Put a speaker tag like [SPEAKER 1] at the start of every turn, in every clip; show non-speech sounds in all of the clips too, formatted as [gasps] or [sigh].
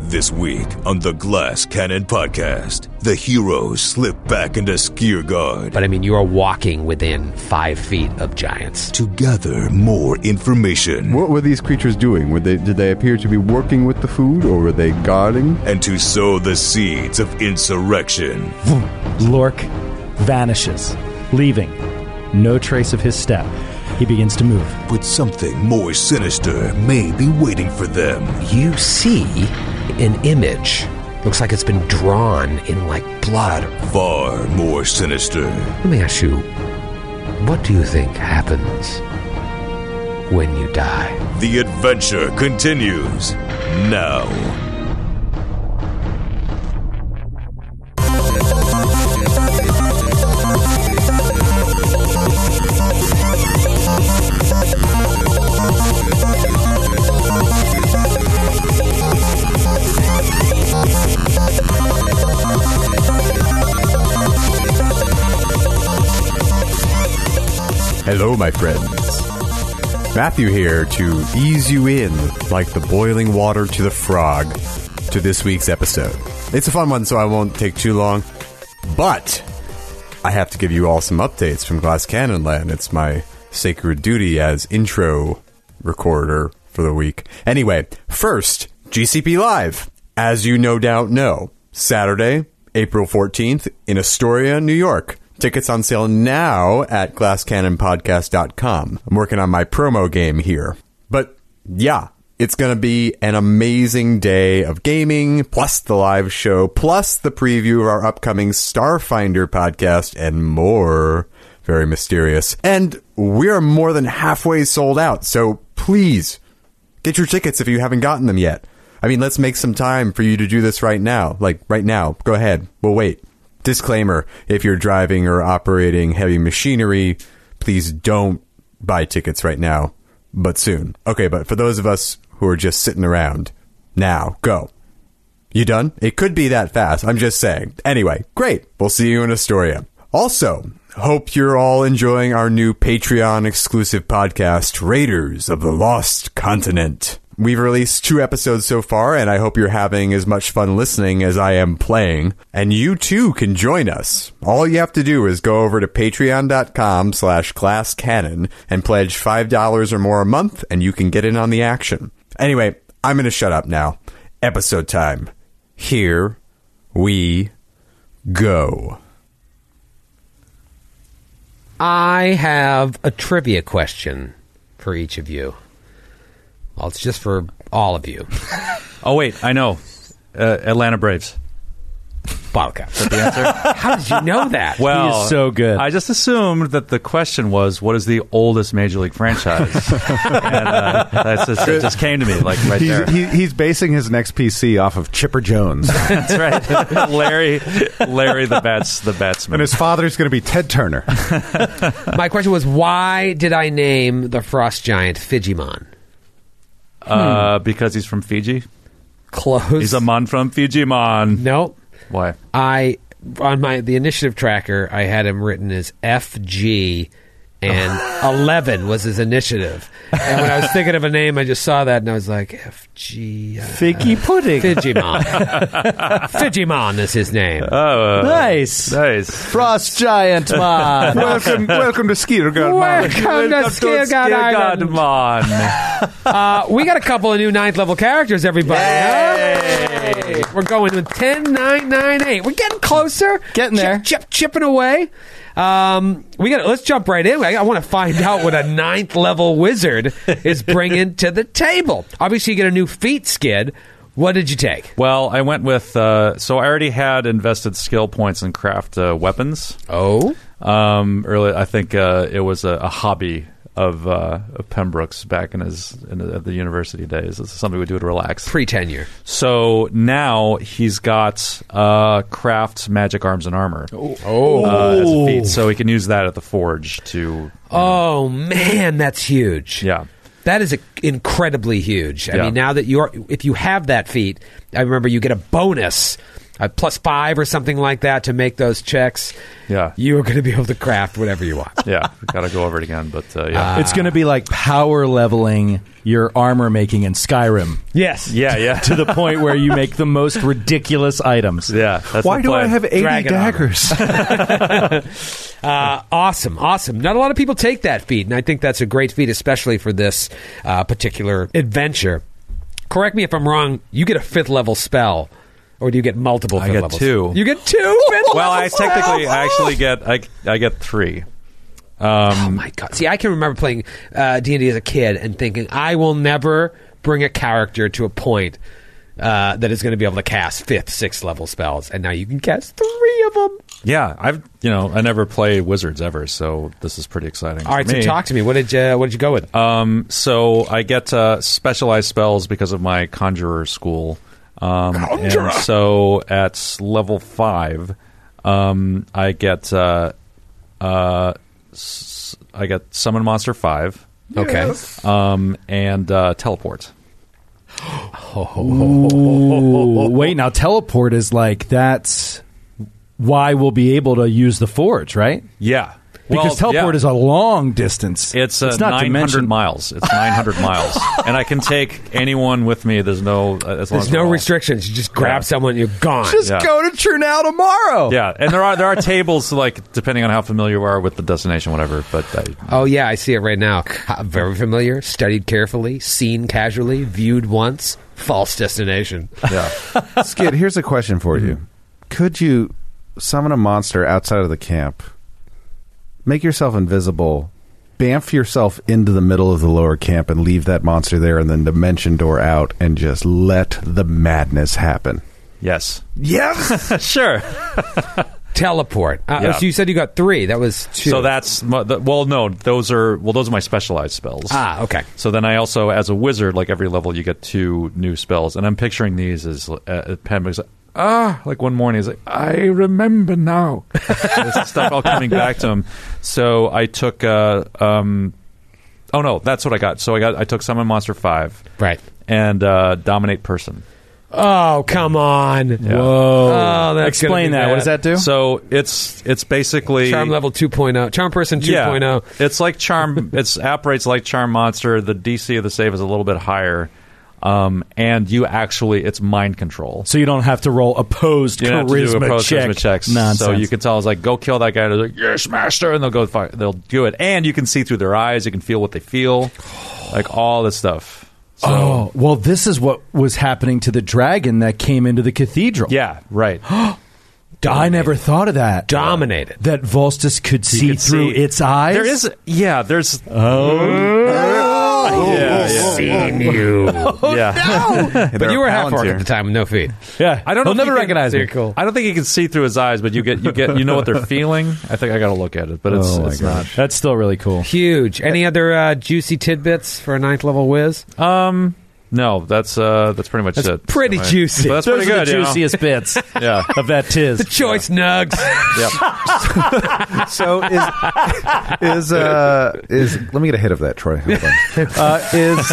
[SPEAKER 1] This week on the Glass Cannon podcast, the heroes slip back into Skiergard
[SPEAKER 2] But I mean, you are walking within five feet of giants.
[SPEAKER 1] to gather more information
[SPEAKER 3] What were these creatures doing? Were they did they appear to be working with the food, or were they guarding?
[SPEAKER 1] and to sow the seeds of insurrection.
[SPEAKER 4] Lork vanishes, leaving no trace of his step. He begins to move.
[SPEAKER 1] But something more sinister may be waiting for them.
[SPEAKER 2] You see an image. Looks like it's been drawn in like blood.
[SPEAKER 1] Far more sinister.
[SPEAKER 2] Let me ask you, what do you think happens when you die?
[SPEAKER 1] The adventure continues now.
[SPEAKER 5] Hello, my friends. Matthew here to ease you in like the boiling water to the frog to this week's episode. It's a fun one, so I won't take too long. But I have to give you all some updates from Glass Cannon Land. It's my sacred duty as intro recorder for the week. Anyway, first, GCP Live. As you no doubt know, Saturday, April 14th in Astoria, New York. Tickets on sale now at glasscannonpodcast.com. I'm working on my promo game here. But yeah, it's going to be an amazing day of gaming, plus the live show, plus the preview of our upcoming Starfinder podcast, and more. Very mysterious. And we're more than halfway sold out, so please get your tickets if you haven't gotten them yet. I mean, let's make some time for you to do this right now. Like, right now. Go ahead. We'll wait. Disclaimer if you're driving or operating heavy machinery, please don't buy tickets right now, but soon. Okay, but for those of us who are just sitting around, now, go. You done? It could be that fast. I'm just saying. Anyway, great. We'll see you in Astoria. Also, hope you're all enjoying our new Patreon exclusive podcast, Raiders of the Lost Continent. We've released two episodes so far, and I hope you're having as much fun listening as I am playing. And you too can join us. All you have to do is go over to patreon.com slash glasscannon and pledge $5 or more a month, and you can get in on the action. Anyway, I'm going to shut up now. Episode time. Here we go.
[SPEAKER 2] I have a trivia question for each of you. Well, it's just for all of you.
[SPEAKER 6] Oh wait, I know. Uh, Atlanta Braves.
[SPEAKER 2] Bottle cap. [laughs] How did you know that?
[SPEAKER 6] Well,
[SPEAKER 4] is so good.
[SPEAKER 6] I just assumed that the question was, "What is the oldest major league franchise?" and uh, that's just, it just came to me like right there.
[SPEAKER 7] He's, he, he's basing his next PC off of
[SPEAKER 6] [laughs]
[SPEAKER 7] Chipper Jones,
[SPEAKER 6] that's right, [laughs] Larry. Larry the bats, the batsman.
[SPEAKER 7] and his father's going to be Ted Turner.
[SPEAKER 2] my question was, why did I name the frost giant Fijimon?
[SPEAKER 6] uh, because he's from Fiji.
[SPEAKER 2] Close.
[SPEAKER 6] He's a man from Fiji, man.
[SPEAKER 2] Nope.
[SPEAKER 6] Why?
[SPEAKER 2] I on my the initiative tracker, I had him written as FG, [laughs] and eleven was his initiative. And when I was thinking of a name, I just saw that and I was like FG uh,
[SPEAKER 4] Figgy pudding.
[SPEAKER 2] Fijimon. Fijimon is his name.
[SPEAKER 4] uh, nice.
[SPEAKER 6] Nice.
[SPEAKER 4] Frost [laughs] giant man.
[SPEAKER 7] welcome, welcome to Skiergard.
[SPEAKER 2] Welcome to Skiergard Island.
[SPEAKER 6] man.
[SPEAKER 2] Uh, we got a couple of new ninth level characters, everybody. Hey! We're going with 10, 9, 9, 8. We're getting closer.
[SPEAKER 4] Getting there.
[SPEAKER 2] Chip, chip, chipping away. Um, we got. Let's jump right in. I, I want to find out what a ninth level wizard is bringing to the table. Obviously, you get a new feat skid. What did you take?
[SPEAKER 6] Well, I went with. Uh, so I already had invested skill points in craft uh, weapons.
[SPEAKER 2] Oh,
[SPEAKER 6] um, earlier. I think uh, it was a, a hobby of, uh, of Pembroke's back in his in the, at the university days. This is something we do to relax.
[SPEAKER 2] pre tenure.
[SPEAKER 6] So now he's got uh, crafts, magic arms, and armor. Oh, uh, as a feat. so he can use that at the forge to.
[SPEAKER 2] Oh man, that's huge.
[SPEAKER 6] Yeah.
[SPEAKER 2] That is a, incredibly huge. I
[SPEAKER 6] Yeah.
[SPEAKER 2] mean, now that you are, if you have that feat, I remember you get a bonus a plus five or something like that to make those checks,
[SPEAKER 6] Yeah.
[SPEAKER 2] you are going to be able to craft whatever you want.
[SPEAKER 6] [laughs] yeah, got to go over it again, but uh, yeah,
[SPEAKER 4] It's going to be like power leveling your armor making in Skyrim
[SPEAKER 2] yes.
[SPEAKER 6] yeah, [laughs] yeah,
[SPEAKER 4] to the point where you make the most ridiculous items.
[SPEAKER 6] yeah. That's
[SPEAKER 7] Why
[SPEAKER 6] the
[SPEAKER 7] do I
[SPEAKER 6] plan.
[SPEAKER 7] have 80
[SPEAKER 2] Dragon armor.
[SPEAKER 6] [laughs]
[SPEAKER 7] daggers?
[SPEAKER 2] Uh, awesome, awesome. Not a lot of people take that feat, and I think that's a great feat, especially for this uh, particular adventure. Correct me if I'm wrong. You get a fifth level spell, or do you get multiple?
[SPEAKER 6] I
[SPEAKER 2] fifth
[SPEAKER 6] get
[SPEAKER 2] levels?
[SPEAKER 6] two.
[SPEAKER 2] You get two. fifth
[SPEAKER 6] Well,
[SPEAKER 2] level
[SPEAKER 6] [laughs] I technically, I actually get, I, I get three.
[SPEAKER 2] Oh my god! See, I can remember playing uh, D and D as a kid and thinking, I will never bring a character to a point uh, that is going to be able to cast fifth, sixth level spells, and now you can cast three of them.
[SPEAKER 6] Yeah, I've you know I never play wizards ever, so this is pretty exciting.
[SPEAKER 2] All right,
[SPEAKER 6] for
[SPEAKER 2] so
[SPEAKER 6] me.
[SPEAKER 2] talk to me. What did you, what did you go with?
[SPEAKER 6] Um, so I get uh, specialized spells because of my conjurer school. Um,
[SPEAKER 1] Conjurer.
[SPEAKER 6] And so at level five, um, I get uh, uh, s- I get summon monster five,
[SPEAKER 2] okay.
[SPEAKER 6] um, and uh, teleport.
[SPEAKER 4] Ooh, wait, now teleport is like that's why we'll be able to use the forge, right?
[SPEAKER 6] Yeah,
[SPEAKER 4] Because
[SPEAKER 6] Well,
[SPEAKER 4] teleport
[SPEAKER 6] yeah.
[SPEAKER 4] is a long distance.
[SPEAKER 6] It's, uh,
[SPEAKER 4] not
[SPEAKER 6] 900
[SPEAKER 4] dimension-
[SPEAKER 6] miles.
[SPEAKER 4] [laughs]
[SPEAKER 6] It's 900 miles. And I can take anyone with me. There's no uh, as long
[SPEAKER 2] There's
[SPEAKER 6] as
[SPEAKER 2] no
[SPEAKER 6] we're all-
[SPEAKER 2] restrictions. You just grab
[SPEAKER 6] Yeah.
[SPEAKER 2] someone, you're gone.
[SPEAKER 4] Just
[SPEAKER 6] Yeah.
[SPEAKER 4] go to Chernow tomorrow.
[SPEAKER 6] Yeah, and there are there are tables like depending on how familiar you are with the destination, whatever. But uh,
[SPEAKER 2] Oh yeah, I see it right now. Ha- Very familiar. Studied carefully. Seen casually. Viewed once. False
[SPEAKER 6] [laughs]
[SPEAKER 2] destination.
[SPEAKER 6] yeah,
[SPEAKER 7] Skid, here's a question for
[SPEAKER 6] Mm-hmm.
[SPEAKER 7] you. Could you summon a monster outside of the camp, make yourself invisible, bamf yourself into the middle of the lower camp and leave that monster there and then dimension door out and just let the madness happen?
[SPEAKER 6] yes,
[SPEAKER 7] Yes!
[SPEAKER 6] sure.
[SPEAKER 2] Teleport. Uh,
[SPEAKER 6] Yeah.
[SPEAKER 2] So you said you got three. That was two.
[SPEAKER 6] So that's my, the, well, no, those are well, those are my specialized spells.
[SPEAKER 2] ah okay.
[SPEAKER 6] So then I also, as a wizard, like every level, you get two new spells, and I'm picturing these as uh, uh, Pam was like, ah, like one morning he's like, I remember now. [laughs] this stuff all coming back to him. So I took, uh, um, oh no, that's what I got. So I got, I took summon monster five,
[SPEAKER 2] Right.
[SPEAKER 6] and uh, dominate person.
[SPEAKER 2] Oh come on.
[SPEAKER 4] Whoa.
[SPEAKER 2] Oh, that's
[SPEAKER 4] Explain
[SPEAKER 2] gonna be
[SPEAKER 4] that. What does
[SPEAKER 2] bad.
[SPEAKER 4] that do?
[SPEAKER 6] So it's it's basically
[SPEAKER 2] Charm level 2.0. Charm person oh. 2.0.
[SPEAKER 6] yeah,
[SPEAKER 4] oh.
[SPEAKER 6] It's like
[SPEAKER 4] [laughs]
[SPEAKER 6] charm. it's operates like charm monster. The DC of the save is a little bit higher, um, and you actually it's mind control.
[SPEAKER 4] So you don't have to roll opposed
[SPEAKER 6] You don't have to
[SPEAKER 4] charisma
[SPEAKER 6] do opposed
[SPEAKER 4] check.
[SPEAKER 6] charisma checks.
[SPEAKER 4] Nonsense.
[SPEAKER 6] So you can tell it's like go kill that guy. And they're like yes, master, and they'll go. fi- They'll do it, and you can see through their eyes. You can feel what they
[SPEAKER 4] [sighs]
[SPEAKER 6] feel, like all this stuff. So,
[SPEAKER 4] Oh, well, this is what was happening to the dragon that came into the cathedral.
[SPEAKER 6] yeah, [gasps] right.
[SPEAKER 4] I never thought of that.
[SPEAKER 2] Dominated.
[SPEAKER 4] That Volstis could see
[SPEAKER 6] could
[SPEAKER 4] through
[SPEAKER 6] see-
[SPEAKER 4] its eyes. Oh.
[SPEAKER 6] There is, yeah, there's, [laughs]
[SPEAKER 2] Seen you.
[SPEAKER 6] yeah.
[SPEAKER 2] but you were half orc at the time with no feet.
[SPEAKER 4] Yeah,
[SPEAKER 6] I don't
[SPEAKER 4] They'll
[SPEAKER 6] know if
[SPEAKER 4] never
[SPEAKER 6] you can-
[SPEAKER 4] recognize
[SPEAKER 2] so
[SPEAKER 4] me.
[SPEAKER 2] you're cool.
[SPEAKER 6] I don't think you can see through his eyes, but you get you get you know what they're feeling. I think I got to look at it, but it's, it's not.
[SPEAKER 4] That's still really cool.
[SPEAKER 2] Huge. Any other uh, juicy tidbits for a ninth level whiz?
[SPEAKER 6] Um, No, that's uh that's pretty much it.
[SPEAKER 2] pretty
[SPEAKER 6] Anyway.
[SPEAKER 2] juicy.
[SPEAKER 6] But that's
[SPEAKER 4] Those
[SPEAKER 6] pretty
[SPEAKER 4] are
[SPEAKER 6] good.
[SPEAKER 4] the
[SPEAKER 6] you know?
[SPEAKER 4] juiciest bits
[SPEAKER 6] [laughs] Yeah.
[SPEAKER 4] of that tiz.
[SPEAKER 2] The choice nugs.
[SPEAKER 6] yeah.
[SPEAKER 7] So [laughs] is, is, uh, is, let me get a hit of that, Troy. Hold [laughs] on. Uh, is,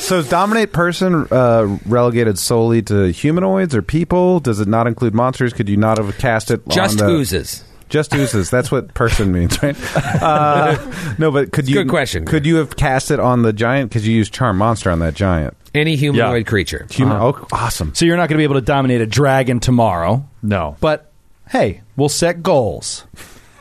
[SPEAKER 7] so is dominate person uh, relegated solely to humanoids or people? Does it not include monsters? Could you not have cast it
[SPEAKER 2] Just
[SPEAKER 7] on the,
[SPEAKER 2] oozes.
[SPEAKER 7] Just oozes. That's what person means, right? Uh, no, but could you?
[SPEAKER 2] Good question.
[SPEAKER 7] Could you have cast it on the giant? Because you used charm monster on that giant.
[SPEAKER 2] Any humanoid
[SPEAKER 6] Yeah.
[SPEAKER 2] creature.
[SPEAKER 7] Human. Oh, awesome.
[SPEAKER 4] so you're not going to be able to dominate a dragon tomorrow,
[SPEAKER 6] No.
[SPEAKER 4] but hey, we'll set goals.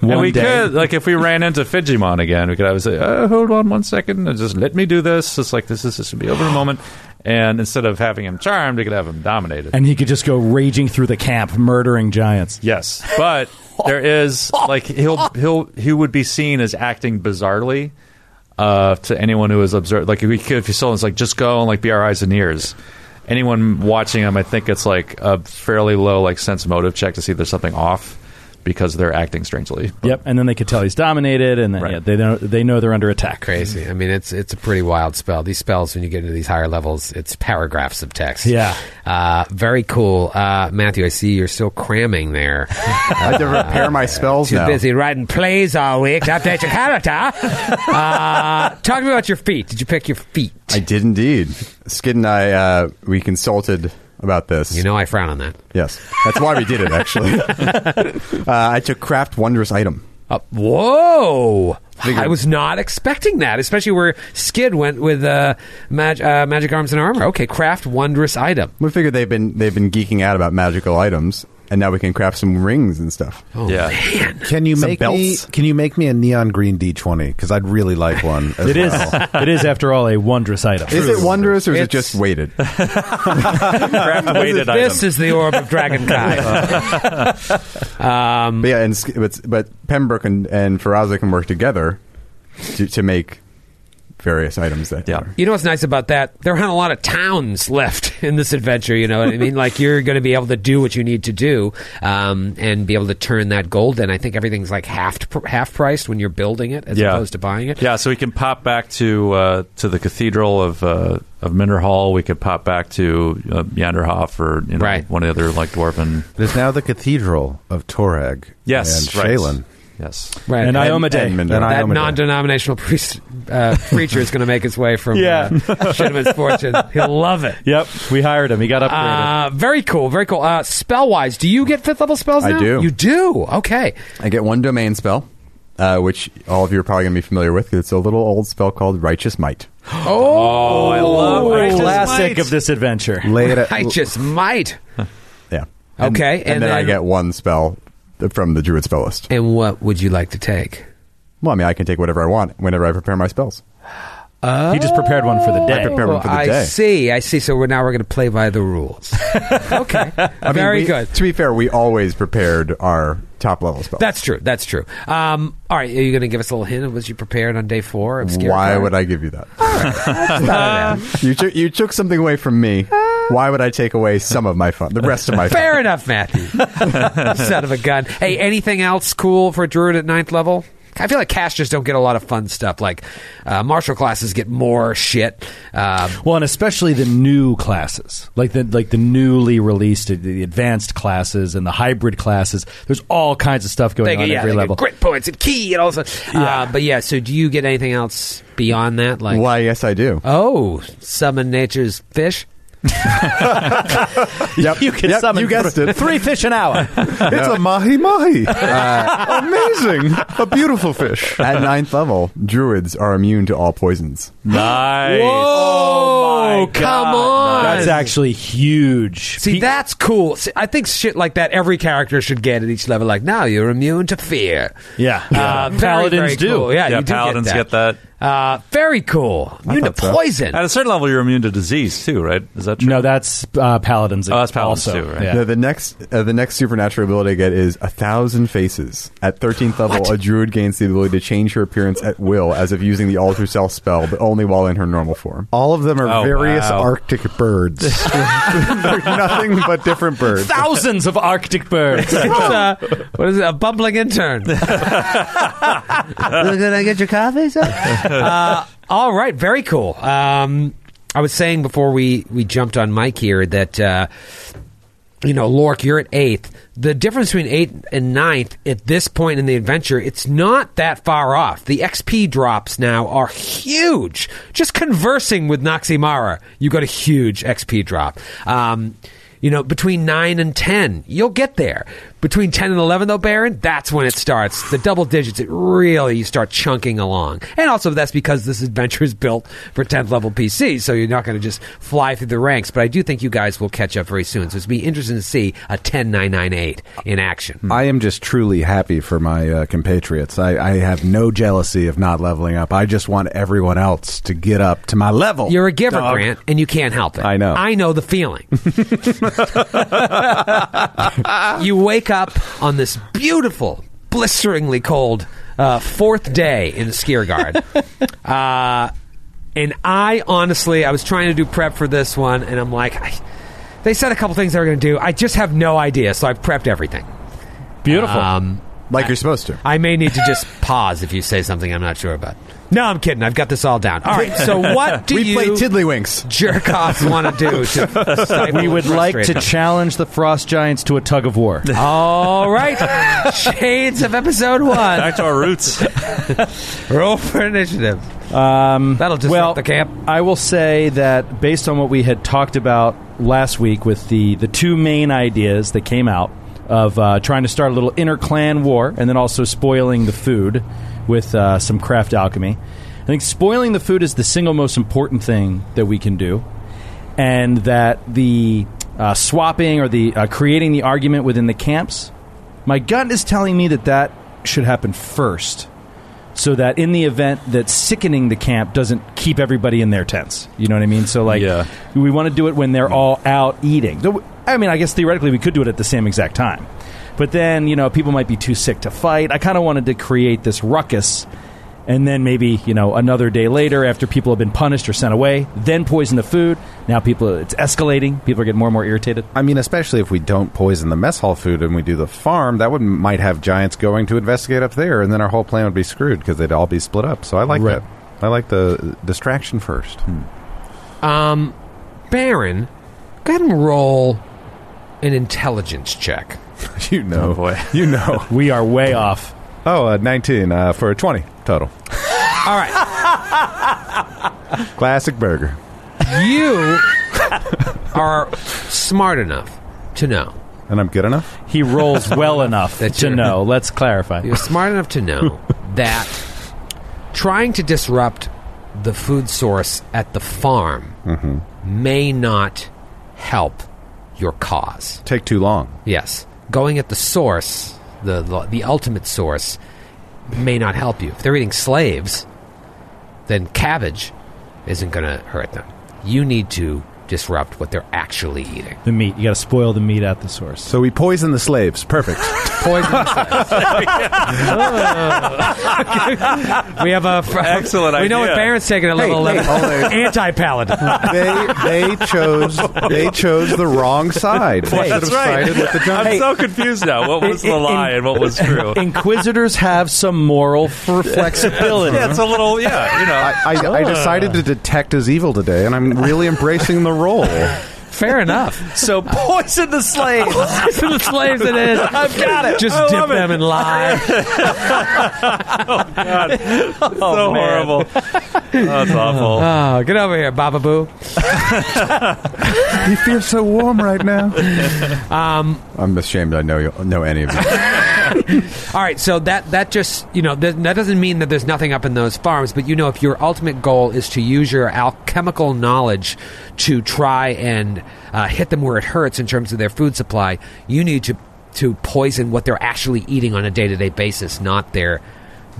[SPEAKER 6] and
[SPEAKER 4] One
[SPEAKER 6] we
[SPEAKER 4] day.
[SPEAKER 6] could like if we ran into Fijimon again, we could always say, uh, hold on one second and just let me do this. It's like this is this should be over in a moment. And instead of having him charmed, we could have him dominated.
[SPEAKER 4] And he could just go raging through the camp, murdering giants.
[SPEAKER 6] yes. But there is like he'll he'll he would be seen as acting bizarrely. Uh, to anyone who is observed, like if you could, if you saw him, it's like just go and like be our eyes and ears. Anyone watching him, I think it's like a fairly low like sense motive check to see if there's something off because they're acting strangely.
[SPEAKER 4] Yep, and then they could tell he's dominated, and then
[SPEAKER 6] Right.
[SPEAKER 4] yeah, they know they know they're under attack.
[SPEAKER 2] Crazy. I mean, it's it's a pretty wild spell. These spells, when you get into these higher levels, it's paragraphs of text.
[SPEAKER 4] Yeah.
[SPEAKER 2] Uh, very cool. Uh, Matthew, I see you're still cramming [laughs] there.
[SPEAKER 7] I had to
[SPEAKER 2] [laughs]
[SPEAKER 7] repair my spells
[SPEAKER 2] Too
[SPEAKER 7] now.
[SPEAKER 2] busy writing plays all week to update your [laughs] character. Uh, talk to me about your feet. Did you pick your feet?
[SPEAKER 5] I did indeed. Skid and I, uh, we consulted about this.
[SPEAKER 2] You know, I frown on that.
[SPEAKER 5] Yes, that's why we did
[SPEAKER 2] [laughs]
[SPEAKER 5] it. Actually, [laughs] uh, I took craft wondrous item.
[SPEAKER 2] Uh, whoa! I was not expecting that, especially where Skid went with uh, mag- uh, magic arms and armor. Okay, craft wondrous item.
[SPEAKER 5] We figured they've been they've been geeking out about magical items, and now we can craft some rings and stuff.
[SPEAKER 2] Oh,
[SPEAKER 6] Yeah.
[SPEAKER 2] man.
[SPEAKER 7] Can you
[SPEAKER 5] Some
[SPEAKER 7] make me?
[SPEAKER 5] belts.
[SPEAKER 7] Can you make me a neon green D twenty? Because I'd really like one. As
[SPEAKER 4] It is.
[SPEAKER 7] well.
[SPEAKER 4] [laughs] it is, after all, a wondrous item.
[SPEAKER 5] Is it wondrous or is it
[SPEAKER 2] It's-
[SPEAKER 5] just weighted?
[SPEAKER 2] [laughs]
[SPEAKER 6] Craft weighted
[SPEAKER 2] This
[SPEAKER 6] item.
[SPEAKER 2] is the orb of Dragon Kai.
[SPEAKER 5] But yeah, and sk- but, but Pembroke and, and Ferrazza can work together to, to make various items that
[SPEAKER 6] Yeah.
[SPEAKER 5] are-
[SPEAKER 2] you know what's nice about that? There aren't a lot of towns left [laughs] in this adventure. You know what I mean? Like you're going to be able to do what you need to do um, and be able to turn that gold. And I think everything's like half pr- half priced when you're building it as
[SPEAKER 6] Yeah.
[SPEAKER 2] opposed to buying it.
[SPEAKER 6] Yeah, so we can pop back to uh, to the Cathedral of uh, of Minderhall. We could pop back to uh, Yanderhof or you know,
[SPEAKER 2] Right.
[SPEAKER 6] one of the other like dwarven.
[SPEAKER 7] There's now the Cathedral of Torag.
[SPEAKER 6] Yes,
[SPEAKER 7] and
[SPEAKER 6] right.
[SPEAKER 7] Shaylin.
[SPEAKER 6] Yes,
[SPEAKER 2] Right.
[SPEAKER 4] And I
[SPEAKER 7] And-
[SPEAKER 4] owe him a day.
[SPEAKER 7] and
[SPEAKER 5] That
[SPEAKER 2] that
[SPEAKER 7] Mindoro.
[SPEAKER 2] non-denominational priest, uh, preacher is going to make its way from
[SPEAKER 4] Yeah.
[SPEAKER 2] yeah. uh, Shinman's fortune. He'll love it.
[SPEAKER 4] Yep, we hired him. He got upgraded.
[SPEAKER 2] Uh, very cool, very cool. Uh, spell wise, do you get fifth level spells?
[SPEAKER 5] I
[SPEAKER 2] now?
[SPEAKER 5] do.
[SPEAKER 2] You do. Okay.
[SPEAKER 5] I get one domain spell, uh, which all of you are probably going to be familiar with because it's a little old spell called Righteous Might.
[SPEAKER 2] Oh, I love
[SPEAKER 4] Classic of this adventure.
[SPEAKER 7] Lay it at,
[SPEAKER 2] I just might.
[SPEAKER 5] Yeah.
[SPEAKER 2] Okay,
[SPEAKER 5] And,
[SPEAKER 2] and
[SPEAKER 5] then, I
[SPEAKER 2] then-
[SPEAKER 5] get one spell from the Druid spell list.
[SPEAKER 2] And what would you like to take?
[SPEAKER 5] Well, I mean, I can take whatever I want whenever I prepare my spells.
[SPEAKER 4] he just prepared one for the day.
[SPEAKER 5] prepared one for the
[SPEAKER 2] I
[SPEAKER 5] day.
[SPEAKER 2] see. I see. So we're now we're going to play by the [laughs] rules. okay.
[SPEAKER 5] I mean,
[SPEAKER 2] very
[SPEAKER 5] we-
[SPEAKER 2] good.
[SPEAKER 5] To be fair, we always prepared our top level spells.
[SPEAKER 2] That's true. That's true. Um, all right. Are you going to give us a little hint of what you prepared on day four? Of Scare
[SPEAKER 5] Why
[SPEAKER 2] Card?
[SPEAKER 5] would I give
[SPEAKER 2] [laughs]
[SPEAKER 5] you that? [laughs] you, took, you took something away from me. Why would I take away some of my fun, the rest of my fun?
[SPEAKER 2] Fair enough, [laughs] Matthew. Son of a gun. Hey, anything else cool for Druid at ninth level? I feel like cash just don't get a lot of fun stuff. Like uh, martial classes get more shit. Um,
[SPEAKER 4] Well, and especially the new classes, like the like the newly released, uh, the advanced classes and the hybrid classes. There's all kinds of stuff going
[SPEAKER 2] they
[SPEAKER 4] on
[SPEAKER 2] get,
[SPEAKER 4] at
[SPEAKER 2] yeah,
[SPEAKER 4] every
[SPEAKER 2] they get
[SPEAKER 4] level.
[SPEAKER 2] grit points and key and all that. Uh, but yeah, so do you get anything else beyond that? Like,
[SPEAKER 5] [laughs] Why, yes, I do.
[SPEAKER 2] oh, summon nature's fish.
[SPEAKER 5] Yep.
[SPEAKER 4] You can
[SPEAKER 5] Yep,
[SPEAKER 4] summon
[SPEAKER 5] you guessed
[SPEAKER 4] th-
[SPEAKER 5] it.
[SPEAKER 4] three fish an hour.
[SPEAKER 7] it's
[SPEAKER 5] Uh,
[SPEAKER 7] a mahi
[SPEAKER 5] [laughs]
[SPEAKER 7] mahi. Amazing. A beautiful fish.
[SPEAKER 5] At ninth level, druids are immune to all poisons.
[SPEAKER 6] nice.
[SPEAKER 2] Oh, come on.
[SPEAKER 4] That's actually huge.
[SPEAKER 2] See, that's cool. See, I think shit like that every character should get at each level. Like, now you're immune to fear.
[SPEAKER 4] Yeah,
[SPEAKER 2] Uh, very,
[SPEAKER 4] paladins
[SPEAKER 2] very
[SPEAKER 4] do.
[SPEAKER 2] cool. Yeah,
[SPEAKER 6] Yeah,
[SPEAKER 2] you do
[SPEAKER 6] paladins
[SPEAKER 2] get
[SPEAKER 6] get
[SPEAKER 2] that.
[SPEAKER 6] that.
[SPEAKER 2] Uh, very cool. Immune to
[SPEAKER 5] thought so.
[SPEAKER 2] poison.
[SPEAKER 6] At a certain level, you're immune to disease too, right? Is that true?
[SPEAKER 4] No, that's uh, paladins.
[SPEAKER 6] Oh, that's paladins
[SPEAKER 4] also.
[SPEAKER 6] too, right?
[SPEAKER 4] Yeah.
[SPEAKER 5] The, the next uh, the next supernatural ability I get is a thousand faces. At thirteenth level, a druid gains the ability to change her appearance at will, as if using the alter self spell, but only while in her normal form.
[SPEAKER 7] All of them are
[SPEAKER 6] Oh,
[SPEAKER 7] various
[SPEAKER 6] wow.
[SPEAKER 7] Arctic
[SPEAKER 5] [laughs]
[SPEAKER 7] birds. [laughs]
[SPEAKER 5] They're nothing but different birds.
[SPEAKER 4] Thousands of Arctic
[SPEAKER 2] It's,
[SPEAKER 4] birds.
[SPEAKER 2] uh, what is it? A bumbling [laughs] intern. Can I get your coffee? Sir? Uh, all right, very cool. Um, I was saying before we we jumped on Mike here that. Uh, you know, Lork, you're at eighth. The difference between eighth and ninth at this point in the adventure, it's not that far off. The XP drops now are huge. Just conversing with Noximara, you got a huge XP drop. Um, you know, between nine and ten, you'll get there. Between ten and eleven, though, Baron, that's when it starts. The double digits, it really you start chunking along. And also, that's because this adventure is built for tenth level PC, so you're not going to just fly through the ranks. But I do think you guys will catch up very soon. So it's be interesting to see a ten nine nine eight in action.
[SPEAKER 7] I am just truly happy for my uh, compatriots. I, I have no jealousy of not leveling up. I just want everyone else to get up to my level.
[SPEAKER 2] You're a giver,
[SPEAKER 7] dog.
[SPEAKER 2] Grant, and you can't help it.
[SPEAKER 7] I know.
[SPEAKER 2] I know the
[SPEAKER 7] [laughs]
[SPEAKER 2] feeling. you wake up on this beautiful, blisteringly cold uh, fourth day in
[SPEAKER 7] [laughs]
[SPEAKER 2] Skiergard. uh, and I honestly, I was trying to do prep for this one, and I'm like, I, they said a couple things they were going to do. I just have no idea, so I've prepped everything.
[SPEAKER 4] Beautiful.
[SPEAKER 2] Um,
[SPEAKER 5] like you're supposed to.
[SPEAKER 2] I may need to just pause if you say something I'm not sure about. No, I'm kidding. I've got this all down. All right,
[SPEAKER 7] [laughs]
[SPEAKER 2] so what do
[SPEAKER 5] we
[SPEAKER 2] you
[SPEAKER 5] play Tiddlywinks.
[SPEAKER 2] jerk offs want to
[SPEAKER 4] [laughs]
[SPEAKER 2] do to stifle
[SPEAKER 4] we
[SPEAKER 2] and
[SPEAKER 4] would like
[SPEAKER 2] frustrate
[SPEAKER 4] to
[SPEAKER 2] them.
[SPEAKER 4] challenge the frost giants to a tug of
[SPEAKER 2] [laughs]
[SPEAKER 4] war.
[SPEAKER 2] All right. Shades of episode one.
[SPEAKER 6] Back to our roots.
[SPEAKER 2] [laughs] Roll for initiative.
[SPEAKER 4] Um,
[SPEAKER 2] That'll disrupt
[SPEAKER 4] well,
[SPEAKER 2] the camp.
[SPEAKER 4] I will say that based on what we had talked about last week with the the two main ideas that came out of uh, trying to start a little inner clan war, and then also spoiling the food with uh, some craft alchemy. I think spoiling the food is the single most important thing that we can do, and that the uh, swapping or the uh, creating the argument within the camps. My gut is telling me that that should happen first so that in the event that sickening the camp doesn't keep everybody in their tents. You know what I mean? So like,
[SPEAKER 6] Yeah.
[SPEAKER 4] we want to do it when they're all out eating. Though- I mean, I guess theoretically we could do it at the same exact time, but then you know people might be too sick to fight. I kind of wanted to create this ruckus. And then maybe you know another day later, after people have been punished or sent away, then poison the food. Now people, it's escalating. People are getting more and more irritated.
[SPEAKER 7] I mean, especially if we don't poison the mess hall food and we do the farm, that would might have giants going to investigate up there, and then our whole plan would be screwed because they'd all be split up. So I like
[SPEAKER 4] Right.
[SPEAKER 7] that. I like the distraction first.
[SPEAKER 2] Um, Baron, go ahead and roll an intelligence check.
[SPEAKER 7] you know,
[SPEAKER 6] Oh, boy.
[SPEAKER 7] you know.
[SPEAKER 4] We are way off.
[SPEAKER 7] Oh, uh, 19 uh, for 20
[SPEAKER 6] [laughs]
[SPEAKER 7] total.
[SPEAKER 2] All right,
[SPEAKER 7] [laughs] Classic burger.
[SPEAKER 4] [laughs]
[SPEAKER 2] you are smart enough to know.
[SPEAKER 7] And I'm good enough.
[SPEAKER 4] He rolls well [laughs] enough
[SPEAKER 2] That's
[SPEAKER 4] to
[SPEAKER 2] your-
[SPEAKER 4] know. Let's clarify.
[SPEAKER 2] You're smart enough to
[SPEAKER 7] [laughs]
[SPEAKER 2] know that trying to disrupt the food source at the farm
[SPEAKER 7] Mm-hmm.
[SPEAKER 2] may not help your cause.
[SPEAKER 7] Take too long.
[SPEAKER 2] Yes, going at the source, the the, the ultimate source, may not help you. If they're eating slaves, then cabbage isn't going to hurt them. You need to disrupt what they're actually eating.
[SPEAKER 4] the meat. You got to spoil the meat at the source.
[SPEAKER 7] So we poison the
[SPEAKER 6] [laughs]
[SPEAKER 7] slaves. Perfect.
[SPEAKER 2] Poison. we have
[SPEAKER 4] [laughs]
[SPEAKER 2] a [laughs]
[SPEAKER 6] Excellent
[SPEAKER 2] We know what
[SPEAKER 6] idea.
[SPEAKER 2] Baron's taking at level
[SPEAKER 7] hey,
[SPEAKER 2] eleven. Anti paladin.
[SPEAKER 7] they they chose they chose the wrong side. They
[SPEAKER 6] That's
[SPEAKER 7] should have
[SPEAKER 6] right.
[SPEAKER 7] sided with the
[SPEAKER 6] I'm
[SPEAKER 7] giants.
[SPEAKER 6] so confused now. What was the
[SPEAKER 4] In- in-
[SPEAKER 6] lie and what was true?
[SPEAKER 4] [laughs] Inquisitors have some moral
[SPEAKER 2] [laughs]
[SPEAKER 4] for flexibility.
[SPEAKER 6] yeah, it's a little. Yeah, you know.
[SPEAKER 7] I, I,
[SPEAKER 6] Oh.
[SPEAKER 7] I decided to detect as evil today, and I'm really embracing the
[SPEAKER 6] [laughs]
[SPEAKER 7] role.
[SPEAKER 2] Fair enough.
[SPEAKER 4] so poison
[SPEAKER 2] [laughs]
[SPEAKER 4] the slaves.
[SPEAKER 2] to the slaves, it is. I've got it. Just dip them in
[SPEAKER 4] [laughs]
[SPEAKER 2] lime.
[SPEAKER 6] so
[SPEAKER 4] man.
[SPEAKER 6] horrible. Oh, that's awful.
[SPEAKER 2] Oh, get over here, Baba Boo.
[SPEAKER 7] you feel so warm
[SPEAKER 6] [laughs]
[SPEAKER 7] right now. Um, I'm ashamed. I know you know any of you.
[SPEAKER 2] All right, so that that just you know th- that doesn't mean that there's nothing up in those farms, but you know if your ultimate goal is to use your alchemical knowledge to try and uh, hit them where it hurts in terms of their food supply, you need to to poison what they're actually eating on a day to day basis, not their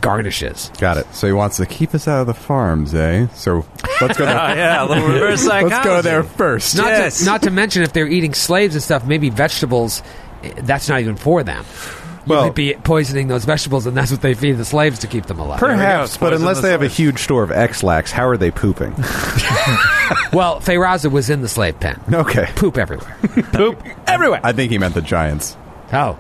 [SPEAKER 2] garnishes.
[SPEAKER 7] Got it.
[SPEAKER 5] So he wants to keep us out of the farms, eh? So let's
[SPEAKER 6] [laughs]
[SPEAKER 5] go.
[SPEAKER 6] Oh,
[SPEAKER 5] There,
[SPEAKER 6] yeah, a little reverse psychology.
[SPEAKER 5] let's go there first.
[SPEAKER 2] Not
[SPEAKER 6] Yes.
[SPEAKER 2] to, not to mention if they're eating slaves and stuff, maybe vegetables. eh, That's not even for them. You
[SPEAKER 7] Well-
[SPEAKER 2] might be poisoning those vegetables, and that's what they feed the slaves to keep them alive.
[SPEAKER 7] Perhaps,
[SPEAKER 6] go.
[SPEAKER 7] but
[SPEAKER 6] Poison
[SPEAKER 7] unless
[SPEAKER 6] the
[SPEAKER 7] they have a
[SPEAKER 6] slaves.
[SPEAKER 7] huge store of X-Lax, how are
[SPEAKER 5] [laughs]
[SPEAKER 7] they pooping?
[SPEAKER 2] Well, Feyraza was in the slave pen.
[SPEAKER 7] Okay.
[SPEAKER 2] Poop everywhere.
[SPEAKER 4] Poop everywhere.
[SPEAKER 5] I think he meant the giants.
[SPEAKER 2] Oh.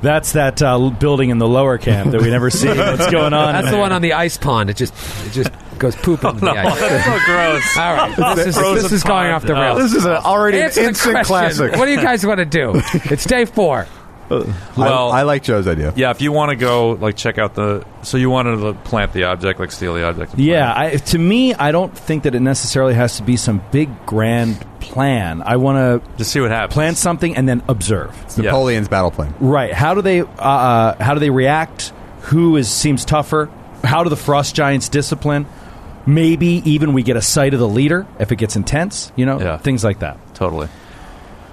[SPEAKER 4] That's that uh, l- building in the lower camp that we
[SPEAKER 2] [laughs]
[SPEAKER 4] never see. What's going on?
[SPEAKER 2] That's
[SPEAKER 4] in
[SPEAKER 2] the
[SPEAKER 4] there.
[SPEAKER 2] one on the ice pond. It just it just goes poop into the
[SPEAKER 6] Oh,
[SPEAKER 2] ice.
[SPEAKER 6] that's so gross.
[SPEAKER 2] All right, this is,
[SPEAKER 6] frozen
[SPEAKER 2] this is going
[SPEAKER 6] pond.
[SPEAKER 2] off the
[SPEAKER 6] Oh.
[SPEAKER 2] rails.
[SPEAKER 7] This is an already an
[SPEAKER 2] Answer the
[SPEAKER 7] instant
[SPEAKER 2] question.
[SPEAKER 7] classic.
[SPEAKER 2] What do you guys want to do? It's day four.
[SPEAKER 6] Well-
[SPEAKER 5] I, I like Joe's idea.
[SPEAKER 6] Yeah, if you want to go, like, check out the. So you wanted to plant the object, like, steal the object. and
[SPEAKER 4] Yeah,
[SPEAKER 6] plant
[SPEAKER 4] I, to me, I don't think that it necessarily has to be some big grand plan. I want
[SPEAKER 6] it.
[SPEAKER 4] to
[SPEAKER 6] Just see what happens.
[SPEAKER 4] plan something and then observe.
[SPEAKER 5] It's Napoleon's battle plan.
[SPEAKER 4] Right. How do they uh, uh, how do they react? Who is seems tougher? How do the frost giants discipline? Maybe even we get a sight of the leader if it gets intense. You know,
[SPEAKER 6] Yeah.
[SPEAKER 4] things like that.
[SPEAKER 6] Totally.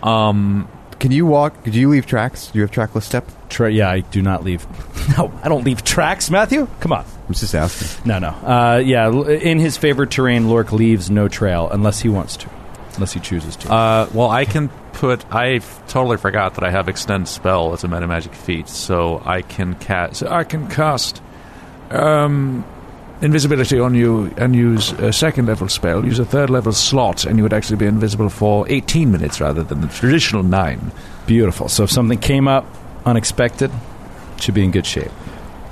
[SPEAKER 5] Can you walk? Do you leave tracks? Do you have trackless step?
[SPEAKER 4] Tra- yeah, I do not leave. [laughs] No, I don't leave tracks, Matthew. Come on.
[SPEAKER 5] I'm just asking.
[SPEAKER 4] No, no. Uh, yeah, l- in his favorite terrain, Lork leaves no trail unless he wants to, unless he chooses to.
[SPEAKER 6] Uh, well, I can put. I f- totally forgot that I have extend spell as a meta magic feat, so I can cast. I can cast um, invisibility on you and use a second level spell. Use a third level slot, and you would actually be invisible for eighteen minutes rather than the traditional nine.
[SPEAKER 4] Beautiful. So if something came up unexpected, should be in good shape.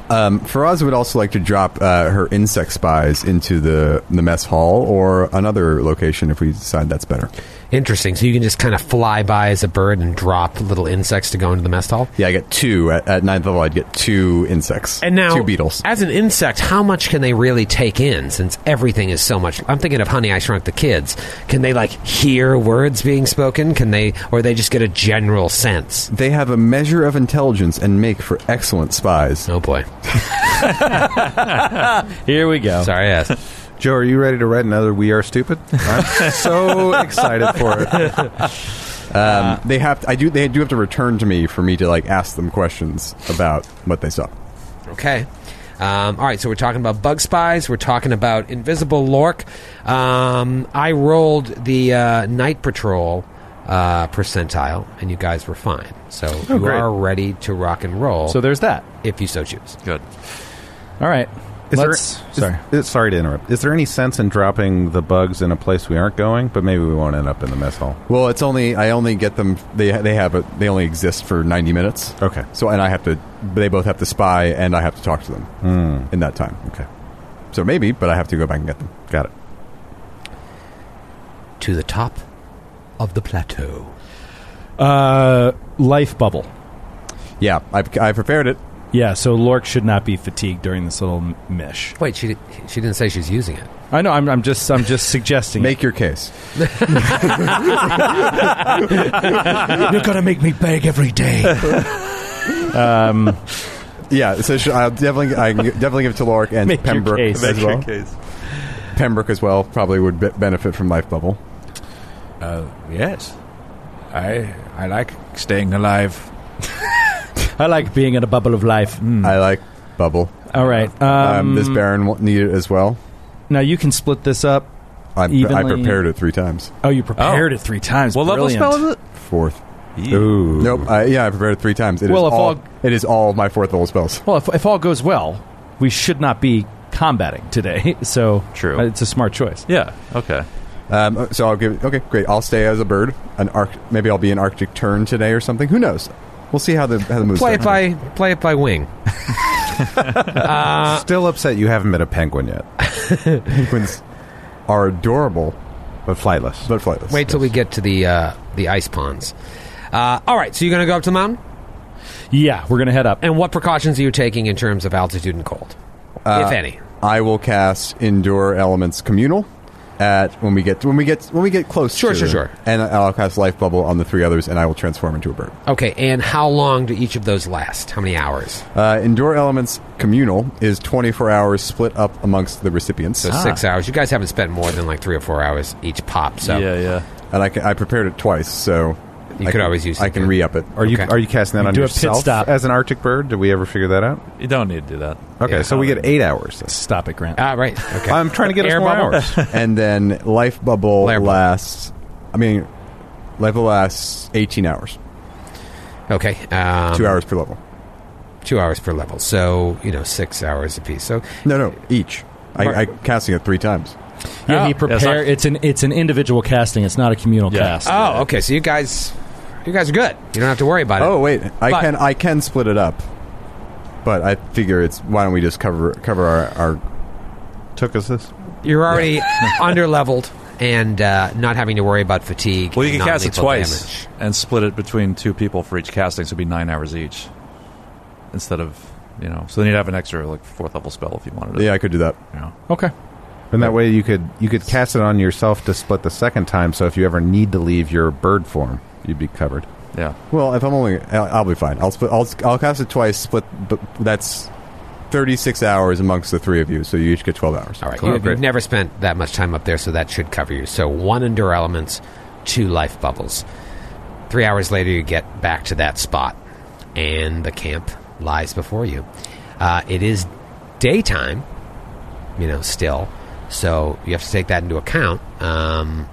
[SPEAKER 5] Um, Faraz would also like to drop uh, her insect spies into the the mess hall or another location if we decide that's better.
[SPEAKER 2] Interesting. So you can just kind of fly by as a bird and drop little insects to go into the mess hall.
[SPEAKER 5] Yeah, I get two at, at ninth level. I'd get two insects
[SPEAKER 2] And now,
[SPEAKER 5] two beetles.
[SPEAKER 2] As an insect, how much can they really take in? Since everything is so much. I'm thinking of Honey, I Shrunk the Kids. Can they like hear words being spoken? Can they, or they just get a general sense?
[SPEAKER 5] They have a measure of intelligence and make for excellent spies.
[SPEAKER 2] Oh boy,
[SPEAKER 4] Here we go.
[SPEAKER 2] sorry, I asked.
[SPEAKER 7] Joe, are you ready to write another We Are Stupid? I'm so excited for
[SPEAKER 6] [laughs]
[SPEAKER 7] it.
[SPEAKER 5] Um, they have. I do. They do have to return to me for me to like ask them questions about what they saw.
[SPEAKER 2] Okay. Um, all right, so we're talking about bug spies. We're talking about invisible lork. Um, I rolled the uh, night patrol uh, percentile, and you guys were fine. So you
[SPEAKER 4] Oh, great.
[SPEAKER 2] are ready to rock and roll,
[SPEAKER 4] So there's that.
[SPEAKER 2] if you so choose.
[SPEAKER 6] Good.
[SPEAKER 4] All right.
[SPEAKER 7] Is there-
[SPEAKER 4] Let's.
[SPEAKER 7] is-
[SPEAKER 4] sorry.
[SPEAKER 7] is- sorry to interrupt. Is there any sense in dropping the bugs in a place we aren't going? But maybe we won't end up in the mess hall.
[SPEAKER 5] Well, it's only I only get them. They they have a, They only exist for ninety minutes.
[SPEAKER 7] Okay.
[SPEAKER 5] So and I have to. They both have to spy, and I have to talk to them
[SPEAKER 4] Hmm.
[SPEAKER 5] in that time.
[SPEAKER 7] Okay.
[SPEAKER 5] So maybe, but I have to go back and get them.
[SPEAKER 7] Got it.
[SPEAKER 2] To the top of the plateau.
[SPEAKER 4] Uh, life bubble.
[SPEAKER 5] Yeah, I've I prepared it.
[SPEAKER 4] Yeah, so Lork should not be fatigued during this little m- mish.
[SPEAKER 2] Wait, she, she didn't say she's using it.
[SPEAKER 4] I know. I'm, I'm just. I'm just [laughs] suggesting.
[SPEAKER 5] Make your case.
[SPEAKER 4] You're gonna make me beg every day.
[SPEAKER 5] Yeah, so sh- I'll definitely I can definitely give it to Lorik and
[SPEAKER 4] [laughs] Make your
[SPEAKER 5] Pembroke
[SPEAKER 4] case.
[SPEAKER 5] as
[SPEAKER 4] Make
[SPEAKER 5] well. Pembroke as well probably would be- benefit from life bubble.
[SPEAKER 8] Yes. I I like staying alive.
[SPEAKER 4] I like being in a bubble of life. Mm.
[SPEAKER 5] I like bubble.
[SPEAKER 4] All right.
[SPEAKER 5] Um,
[SPEAKER 4] Hmm. Um,
[SPEAKER 5] this Baron will need it as well.
[SPEAKER 4] now you can split this up.
[SPEAKER 5] I'm, I
[SPEAKER 4] Evenly-
[SPEAKER 5] prepared it three times.
[SPEAKER 4] Oh, you prepared it three times.
[SPEAKER 6] What level
[SPEAKER 4] Brilliant.
[SPEAKER 6] spell is it?
[SPEAKER 5] Fourth.
[SPEAKER 7] Ooh.
[SPEAKER 5] Nope. I, yeah, I prepared it three times. It is
[SPEAKER 4] Well, if
[SPEAKER 5] all,
[SPEAKER 4] all-
[SPEAKER 5] it is all my fourth level spells.
[SPEAKER 4] Well, if, if all goes well, we should not be combating today. [laughs] So
[SPEAKER 6] True.
[SPEAKER 4] uh, It's a smart choice.
[SPEAKER 6] Yeah. Okay.
[SPEAKER 5] Um, so I'll give. Okay, great. I'll stay as a bird. An arc. Maybe I'll be an Arctic tern today or something. Who knows? We'll see how the how the moves
[SPEAKER 2] Play it
[SPEAKER 5] go.
[SPEAKER 2] by, play it by
[SPEAKER 4] [laughs]
[SPEAKER 2] wing.
[SPEAKER 7] Still upset you haven't met a penguin yet,
[SPEAKER 5] Penguins are adorable,
[SPEAKER 7] but flightless.
[SPEAKER 5] but flightless.
[SPEAKER 2] Wait till we get to the, uh, the ice ponds. Uh, all right, so you're going to go up to the mountain?
[SPEAKER 4] Yeah, we're gonna head up.
[SPEAKER 2] And what precautions are you taking in terms of altitude and cold,
[SPEAKER 4] Uh,
[SPEAKER 2] if any?
[SPEAKER 5] I will cast indoor elements communal at when we get when we get when we get close.
[SPEAKER 2] Sure,
[SPEAKER 5] to
[SPEAKER 2] sure,
[SPEAKER 5] them.
[SPEAKER 2] sure.
[SPEAKER 5] And I'll cast life bubble on the three others, and I will transform into a bird.
[SPEAKER 2] Okay, and how long do each of those last? How many hours?
[SPEAKER 5] Uh, indoor elements communal is twenty four hours split up amongst the recipients,
[SPEAKER 6] Ah.
[SPEAKER 2] So six hours. You guys haven't spent more than like three or four hours each pop, so
[SPEAKER 6] Yeah. Yeah.
[SPEAKER 5] and I, can, I prepared it twice, so
[SPEAKER 2] You
[SPEAKER 5] I
[SPEAKER 2] could
[SPEAKER 5] can-
[SPEAKER 2] always use
[SPEAKER 5] I
[SPEAKER 2] it,
[SPEAKER 5] can
[SPEAKER 2] yeah.
[SPEAKER 5] re
[SPEAKER 2] [laughs]
[SPEAKER 5] up it.
[SPEAKER 7] Are you
[SPEAKER 2] Okay.
[SPEAKER 7] are you casting that
[SPEAKER 4] You
[SPEAKER 7] on
[SPEAKER 4] do a pit
[SPEAKER 7] yourself
[SPEAKER 4] stop.
[SPEAKER 7] as an Arctic bird? Did we ever figure that out?
[SPEAKER 6] You don't need to do that.
[SPEAKER 7] Okay,
[SPEAKER 2] Yeah.
[SPEAKER 7] so we get eight hours.
[SPEAKER 4] Stop it, Grant.
[SPEAKER 2] Ah, right. Okay.
[SPEAKER 7] I'm trying to get
[SPEAKER 2] Air
[SPEAKER 7] us more
[SPEAKER 2] bubble?
[SPEAKER 7] hours.
[SPEAKER 5] and then life bubble
[SPEAKER 2] Layer bubble.
[SPEAKER 5] lasts. I mean, life bubble lasts eighteen hours,
[SPEAKER 2] okay. Um,
[SPEAKER 5] two hours per level.
[SPEAKER 2] Two hours per level. So you know, six hours apiece. So
[SPEAKER 5] No, no, each. I, I casting it three times.
[SPEAKER 4] yeah,
[SPEAKER 6] Ah.
[SPEAKER 4] he
[SPEAKER 6] Yeah, it's not-
[SPEAKER 4] prepared. It's an it's an individual casting. It's not a communal
[SPEAKER 6] Yeah. Ah.
[SPEAKER 4] cast.
[SPEAKER 2] oh, okay. So you guys, you guys are good. You don't have to worry about it.
[SPEAKER 5] Oh wait, I
[SPEAKER 2] But-
[SPEAKER 5] can I can split it up, but I figure it's why don't we just cover cover our, our
[SPEAKER 7] [laughs] Took us this.
[SPEAKER 2] you're
[SPEAKER 6] [laughs]
[SPEAKER 2] already under leveled and uh, not having to worry about fatigue.
[SPEAKER 6] Well, you
[SPEAKER 2] and
[SPEAKER 6] can cast it
[SPEAKER 2] non-lethal
[SPEAKER 6] twice
[SPEAKER 2] damage.
[SPEAKER 6] and split it between two people for each casting, so it'd be nine hours each instead of you know. So then you'd have an extra like fourth level spell if you wanted it.
[SPEAKER 5] yeah I could do that.
[SPEAKER 6] You know.
[SPEAKER 4] Okay.
[SPEAKER 7] And that way you could you could cast it on yourself to split the second time. So if you ever need to leave your bird form, you'd be covered.
[SPEAKER 6] Yeah.
[SPEAKER 5] Well, if I'm only I'll, I'll be fine. I'll split I'll, I'll cast it twice. Split but that's thirty six hours amongst the three of you, so you each get twelve hours.
[SPEAKER 2] All right.
[SPEAKER 4] Oh,
[SPEAKER 2] you, have never spent that much time up there, so that should cover you. So one endure elements, two life bubbles. Three hours later, you get back to that spot, and the camp lies before you. Uh, it is daytime, you know, still. So you have to take that into account um,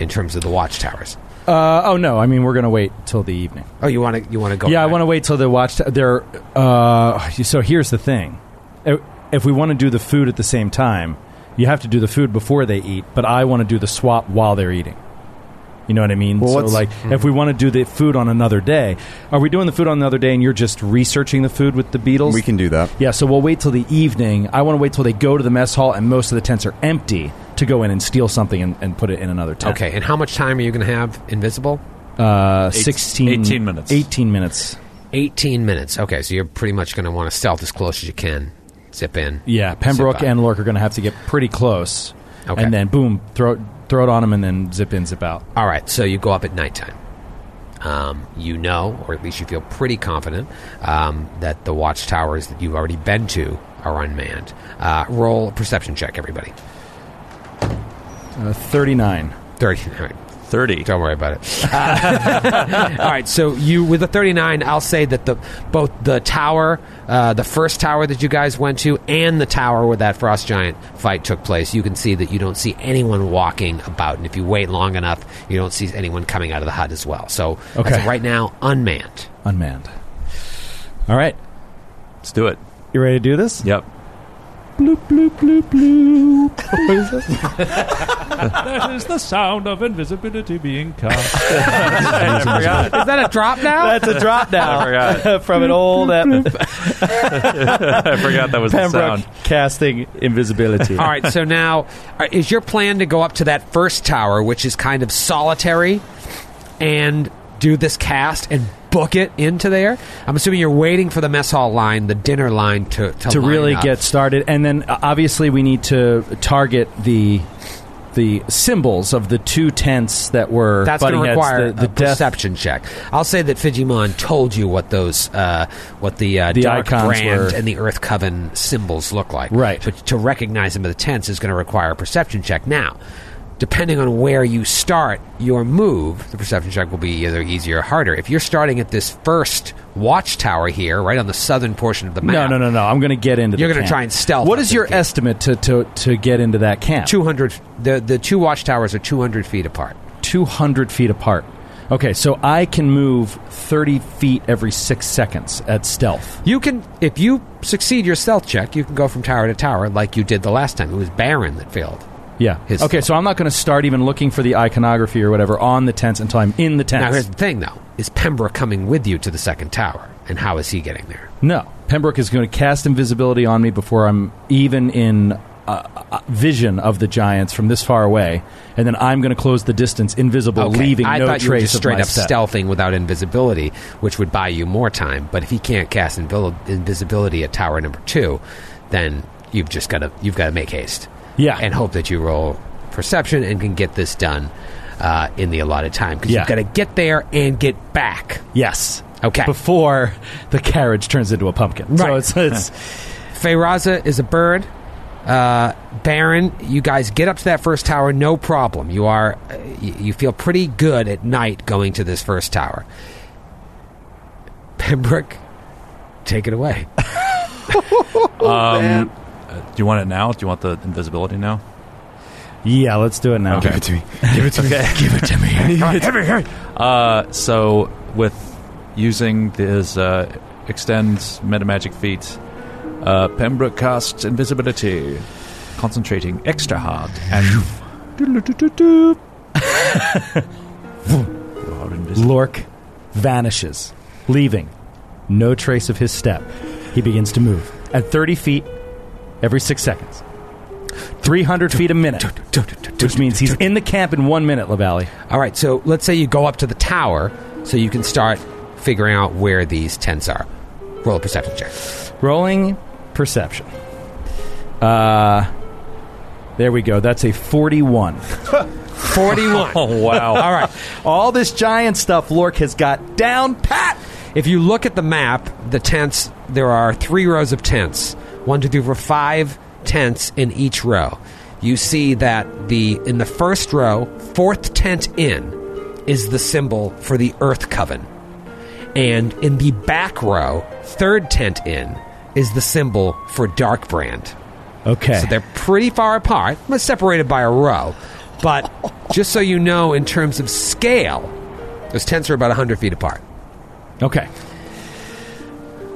[SPEAKER 2] in terms of the watchtowers.
[SPEAKER 4] Uh, oh no, I mean we're gonna wait till the evening.
[SPEAKER 2] Oh, you want to you want to go?
[SPEAKER 4] yeah, I
[SPEAKER 2] back?
[SPEAKER 4] want to wait till the watch. There. Uh, so here's the thing: I- if we want to do the food at the same time, you have to do the food before they eat. But I want to do the swap while they're eating. You know what I mean?
[SPEAKER 5] Well,
[SPEAKER 4] so,
[SPEAKER 5] what's- hmm.
[SPEAKER 4] like, if we want to do the food on another day, are we doing the food on another day? And you're just researching the food with the beetles?
[SPEAKER 5] We can do that.
[SPEAKER 4] Yeah, so we'll wait till the evening. I want to wait till they go to the mess hall and most of the tents are empty. to go in and steal something and, and put it in another tent.
[SPEAKER 2] Okay, and how much time are you going to have invisible?
[SPEAKER 4] Uh,
[SPEAKER 6] Eight-
[SPEAKER 4] 16,
[SPEAKER 6] 18 minutes.
[SPEAKER 4] 18 minutes.
[SPEAKER 2] 18 minutes. Okay, so you're pretty much going to want to stealth as close as you can. Zip in.
[SPEAKER 4] Yeah, Pembroke
[SPEAKER 2] Zip out.
[SPEAKER 4] and Lork are going to have to get pretty close.
[SPEAKER 2] Okay.
[SPEAKER 4] And then boom, throw it, throw it on them and then zip in, zip out.
[SPEAKER 2] All right, so you go up at nighttime. Um, you know, or at least you feel pretty confident, um, that the watchtowers that you've already been to are unmanned. Uh, roll a perception check, everybody.
[SPEAKER 4] Uh, 39.
[SPEAKER 2] 30. [laughs] All right,
[SPEAKER 6] Thirty.
[SPEAKER 2] Don't worry about [laughs] it. Uh, all right, so you with the 39, I'll say that the both the tower, uh, the first tower that you guys went to, and the tower where that frost giant fight took place, you can see that you don't see anyone walking about, and if you wait long enough, you don't see anyone coming out of the hut as well. So
[SPEAKER 4] Okay.
[SPEAKER 2] as of right now, unmanned.
[SPEAKER 4] Unmanned. All right.
[SPEAKER 6] Let's do it.
[SPEAKER 4] You ready to do this?
[SPEAKER 6] Yep. [laughs]
[SPEAKER 9] That is the sound of invisibility being cast.
[SPEAKER 6] [laughs] I forgot.
[SPEAKER 2] Is that a drop [laughs] now?
[SPEAKER 4] That's a drop
[SPEAKER 6] I
[SPEAKER 4] down [laughs]
[SPEAKER 6] forgot.
[SPEAKER 4] from an old ep-
[SPEAKER 6] I forgot that was the
[SPEAKER 4] Pembroke
[SPEAKER 6] sound.
[SPEAKER 4] casting invisibility.
[SPEAKER 2] All right, so now uh, is your plan to go up to that first tower, which is kind of solitary, and do this cast and book it into there? I'm assuming you're waiting for the mess hall line, the dinner line to to,
[SPEAKER 4] to
[SPEAKER 2] line
[SPEAKER 4] really
[SPEAKER 2] up.
[SPEAKER 4] get started, and then uh, obviously we need to target the the symbols of the two tents that were
[SPEAKER 2] That's going
[SPEAKER 4] butting
[SPEAKER 2] to
[SPEAKER 4] heads,
[SPEAKER 2] require
[SPEAKER 4] the, the
[SPEAKER 2] a
[SPEAKER 4] death-
[SPEAKER 2] perception check. I'll say that Fijimon told you what those, uh, what the, uh,
[SPEAKER 4] The
[SPEAKER 2] dark
[SPEAKER 4] icons
[SPEAKER 2] brand
[SPEAKER 4] were.
[SPEAKER 2] and the Earth Coven symbols look like.
[SPEAKER 4] Right.
[SPEAKER 2] But to recognize them by the tense is going to require a perception check. Now, depending on where you start your move, the perception check will be either easier or harder. If you're starting at this first watchtower here, right on the southern portion of the map,
[SPEAKER 4] No, no, no, no. I'm going to get into.
[SPEAKER 2] You're
[SPEAKER 4] going
[SPEAKER 2] gonna
[SPEAKER 4] to
[SPEAKER 2] try and stealth
[SPEAKER 4] What
[SPEAKER 2] up
[SPEAKER 4] is
[SPEAKER 2] to
[SPEAKER 4] your
[SPEAKER 2] the camp.
[SPEAKER 4] estimate to, to to get into that camp?
[SPEAKER 2] 200, the, the two watchtowers are 200 feet apart.
[SPEAKER 4] two hundred feet apart. Okay, so I can move thirty feet every six seconds at stealth.
[SPEAKER 2] You can, if you succeed your stealth check, you can go from tower to tower like you did the last time. It was Baron that failed.
[SPEAKER 4] Yeah.
[SPEAKER 2] His
[SPEAKER 4] okay, so I'm not going to start even looking for the iconography or whatever on the tents until I'm in the
[SPEAKER 2] Now, here's
[SPEAKER 4] tents.
[SPEAKER 2] the thing, though: is Pembroke coming with you to the second tower, and how is he getting there?
[SPEAKER 4] No, Pembroke is going to cast invisibility on me before I'm even in uh, uh, vision of the giants from this far away, and then I'm going to close the distance invisible,
[SPEAKER 2] Okay,
[SPEAKER 4] leaving
[SPEAKER 2] I
[SPEAKER 4] no
[SPEAKER 2] thought
[SPEAKER 4] trace
[SPEAKER 2] you were just
[SPEAKER 4] of
[SPEAKER 2] straight
[SPEAKER 4] my
[SPEAKER 2] up
[SPEAKER 4] step.
[SPEAKER 2] stealthing without invisibility, which would buy you more time. But if he can't cast invil- invisibility at tower number two, then you've just got to you've got to make haste.
[SPEAKER 4] Yeah.
[SPEAKER 2] and hope that you roll perception and can get this done uh, in the allotted time because
[SPEAKER 4] Yeah.
[SPEAKER 2] you've got to get there and get back.
[SPEAKER 4] Yes.
[SPEAKER 2] Okay.
[SPEAKER 4] Before the carriage turns into a pumpkin.
[SPEAKER 2] Right.
[SPEAKER 4] So
[SPEAKER 2] [laughs]
[SPEAKER 4] it's, it's
[SPEAKER 2] Feyraza is a bird. Uh, Baron, you guys get up to that first tower, no problem. You are, uh, y- you feel pretty good at night going to this first tower. Pembroke, take it away. [laughs]
[SPEAKER 6] Um, uh, do you want it now? Do you want the invisibility now?
[SPEAKER 4] yeah. Let's do it now.
[SPEAKER 5] Give it to me. Give it to me. Give it to me.
[SPEAKER 6] Uh, so with using his uh, extends metamagic feat, uh, Pembroke casts invisibility, concentrating extra hard, and You are invisible.
[SPEAKER 4] [laughs] Lork vanishes, leaving no trace of his step. He begins to move at 30 feet every six seconds. 300 feet a minute, which means he's in the camp in one minute, LaValle.
[SPEAKER 2] All right, so let's say you go up to the tower so you can start figuring out where these tents are. Roll a perception check.
[SPEAKER 4] Rolling perception. Uh, there we go. That's a [laughs] 41. [laughs]
[SPEAKER 2] 41.
[SPEAKER 6] Oh wow!
[SPEAKER 2] All right.
[SPEAKER 4] All this giant stuff Lork has got down pat.
[SPEAKER 2] If you look at the map, the tents, there are three rows of tents. One, two, three, four, five tents in each row. You see that the in the first row, fourth tent in, is the symbol for the Earth Coven. And in the back row, third tent in, is the symbol for Dark Brand.
[SPEAKER 4] Okay.
[SPEAKER 2] So they're pretty far apart, but separated by a row. But just so you know, in terms of scale, those tents are about 100 feet apart.
[SPEAKER 4] okay.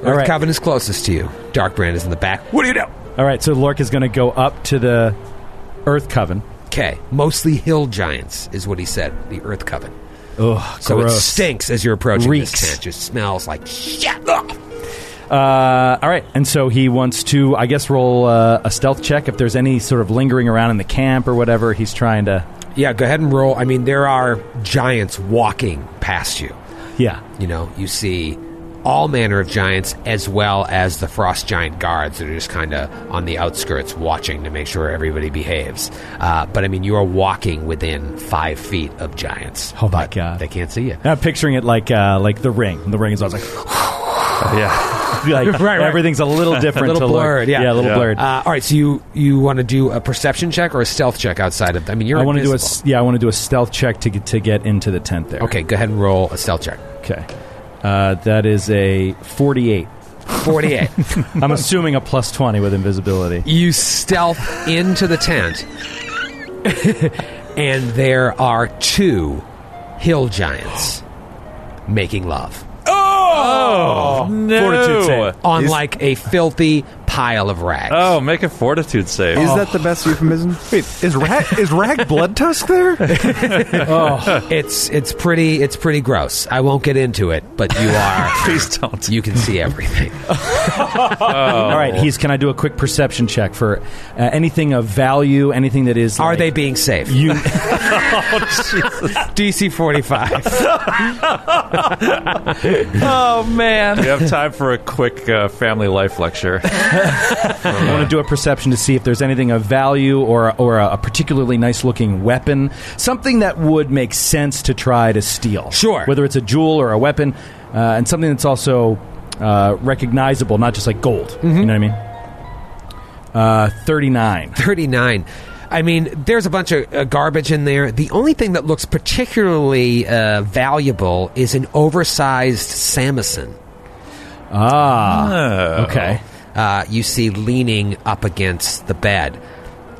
[SPEAKER 4] All
[SPEAKER 2] Earth
[SPEAKER 4] right.
[SPEAKER 2] Coven is closest to you. Dark Brand is in the back. What do you know?
[SPEAKER 4] All right. So Lork is going to go up to the Earth Coven.
[SPEAKER 2] Okay, mostly hill giants is what he said. The Earth Coven.
[SPEAKER 4] Ugh,
[SPEAKER 2] So it
[SPEAKER 4] gross.
[SPEAKER 2] stinks as you're approaching
[SPEAKER 4] Reeks.
[SPEAKER 2] this tent. It smells like shit.
[SPEAKER 4] Uh, all right, and so he wants to, I guess, roll uh, a stealth check if there's any sort of lingering around in the camp or whatever. He's trying to,
[SPEAKER 2] Yeah, go ahead and roll. I mean, there are giants walking past you.
[SPEAKER 4] yeah,
[SPEAKER 2] You know, you see all manner of giants as well as the frost giant guards that are just kind of on the outskirts watching to make sure everybody behaves. Uh, but I mean, you are walking within five feet of giants.
[SPEAKER 4] Oh, my God.
[SPEAKER 2] They can't see you.
[SPEAKER 4] I'm picturing it like uh, like the ring. The ring is always like,
[SPEAKER 6] [laughs] yeah.
[SPEAKER 4] [laughs] like
[SPEAKER 2] right.
[SPEAKER 4] everything's a little
[SPEAKER 2] [laughs]
[SPEAKER 4] different,
[SPEAKER 2] little
[SPEAKER 4] to look-
[SPEAKER 2] blurred, yeah.
[SPEAKER 4] a little
[SPEAKER 6] Yeah.
[SPEAKER 4] blurred.
[SPEAKER 2] Uh, all right, so you you want to do a perception check or a stealth check outside of? I mean, you're.
[SPEAKER 4] I want to do a
[SPEAKER 2] invisible.
[SPEAKER 4] s- yeah. I want to do a stealth check to get, to get into the tent there.
[SPEAKER 2] Okay, go ahead and roll a stealth check.
[SPEAKER 4] Okay. Uh, that is a 48.
[SPEAKER 2] Forty-eight.
[SPEAKER 4] [laughs] I'm assuming a plus 20 with invisibility.
[SPEAKER 2] you stealth into the tent, [laughs] and there are two hill giants making love
[SPEAKER 6] No.
[SPEAKER 4] Fortitude save.
[SPEAKER 2] on like a filthy pile of rags.
[SPEAKER 6] Oh, make a fortitude save.
[SPEAKER 7] Is that the best euphemism?
[SPEAKER 5] Oh. Wait, is Rag is Rag Blood Tusk there?
[SPEAKER 2] [laughs] It's it's pretty it's pretty gross. I won't get into it, but
[SPEAKER 6] [laughs]
[SPEAKER 2] you are
[SPEAKER 6] Please don't.
[SPEAKER 2] you can see everything.
[SPEAKER 6] Oh.
[SPEAKER 4] All right, he's. Can I do a quick perception check for uh, anything of value? Anything that is?
[SPEAKER 2] Are
[SPEAKER 4] like-
[SPEAKER 2] they being safe? [laughs]
[SPEAKER 4] You,
[SPEAKER 2] DC forty five. Oh,
[SPEAKER 6] We have time for a quick uh, family life lecture.
[SPEAKER 4] I want to do a perception to see if there's anything of value or or a, a particularly nice looking weapon, something that would make sense to try to steal.
[SPEAKER 2] Sure.
[SPEAKER 4] whether it's a jewel or a weapon, uh, and something that's also uh, recognizable, not just like gold. You know what I mean? Uh, Thirty nine.
[SPEAKER 2] 39. I mean, there's a bunch of uh, garbage in there. The only thing that looks particularly uh, valuable is an oversized Samson.
[SPEAKER 4] Ah, okay.
[SPEAKER 2] Uh, you see leaning up against the bed.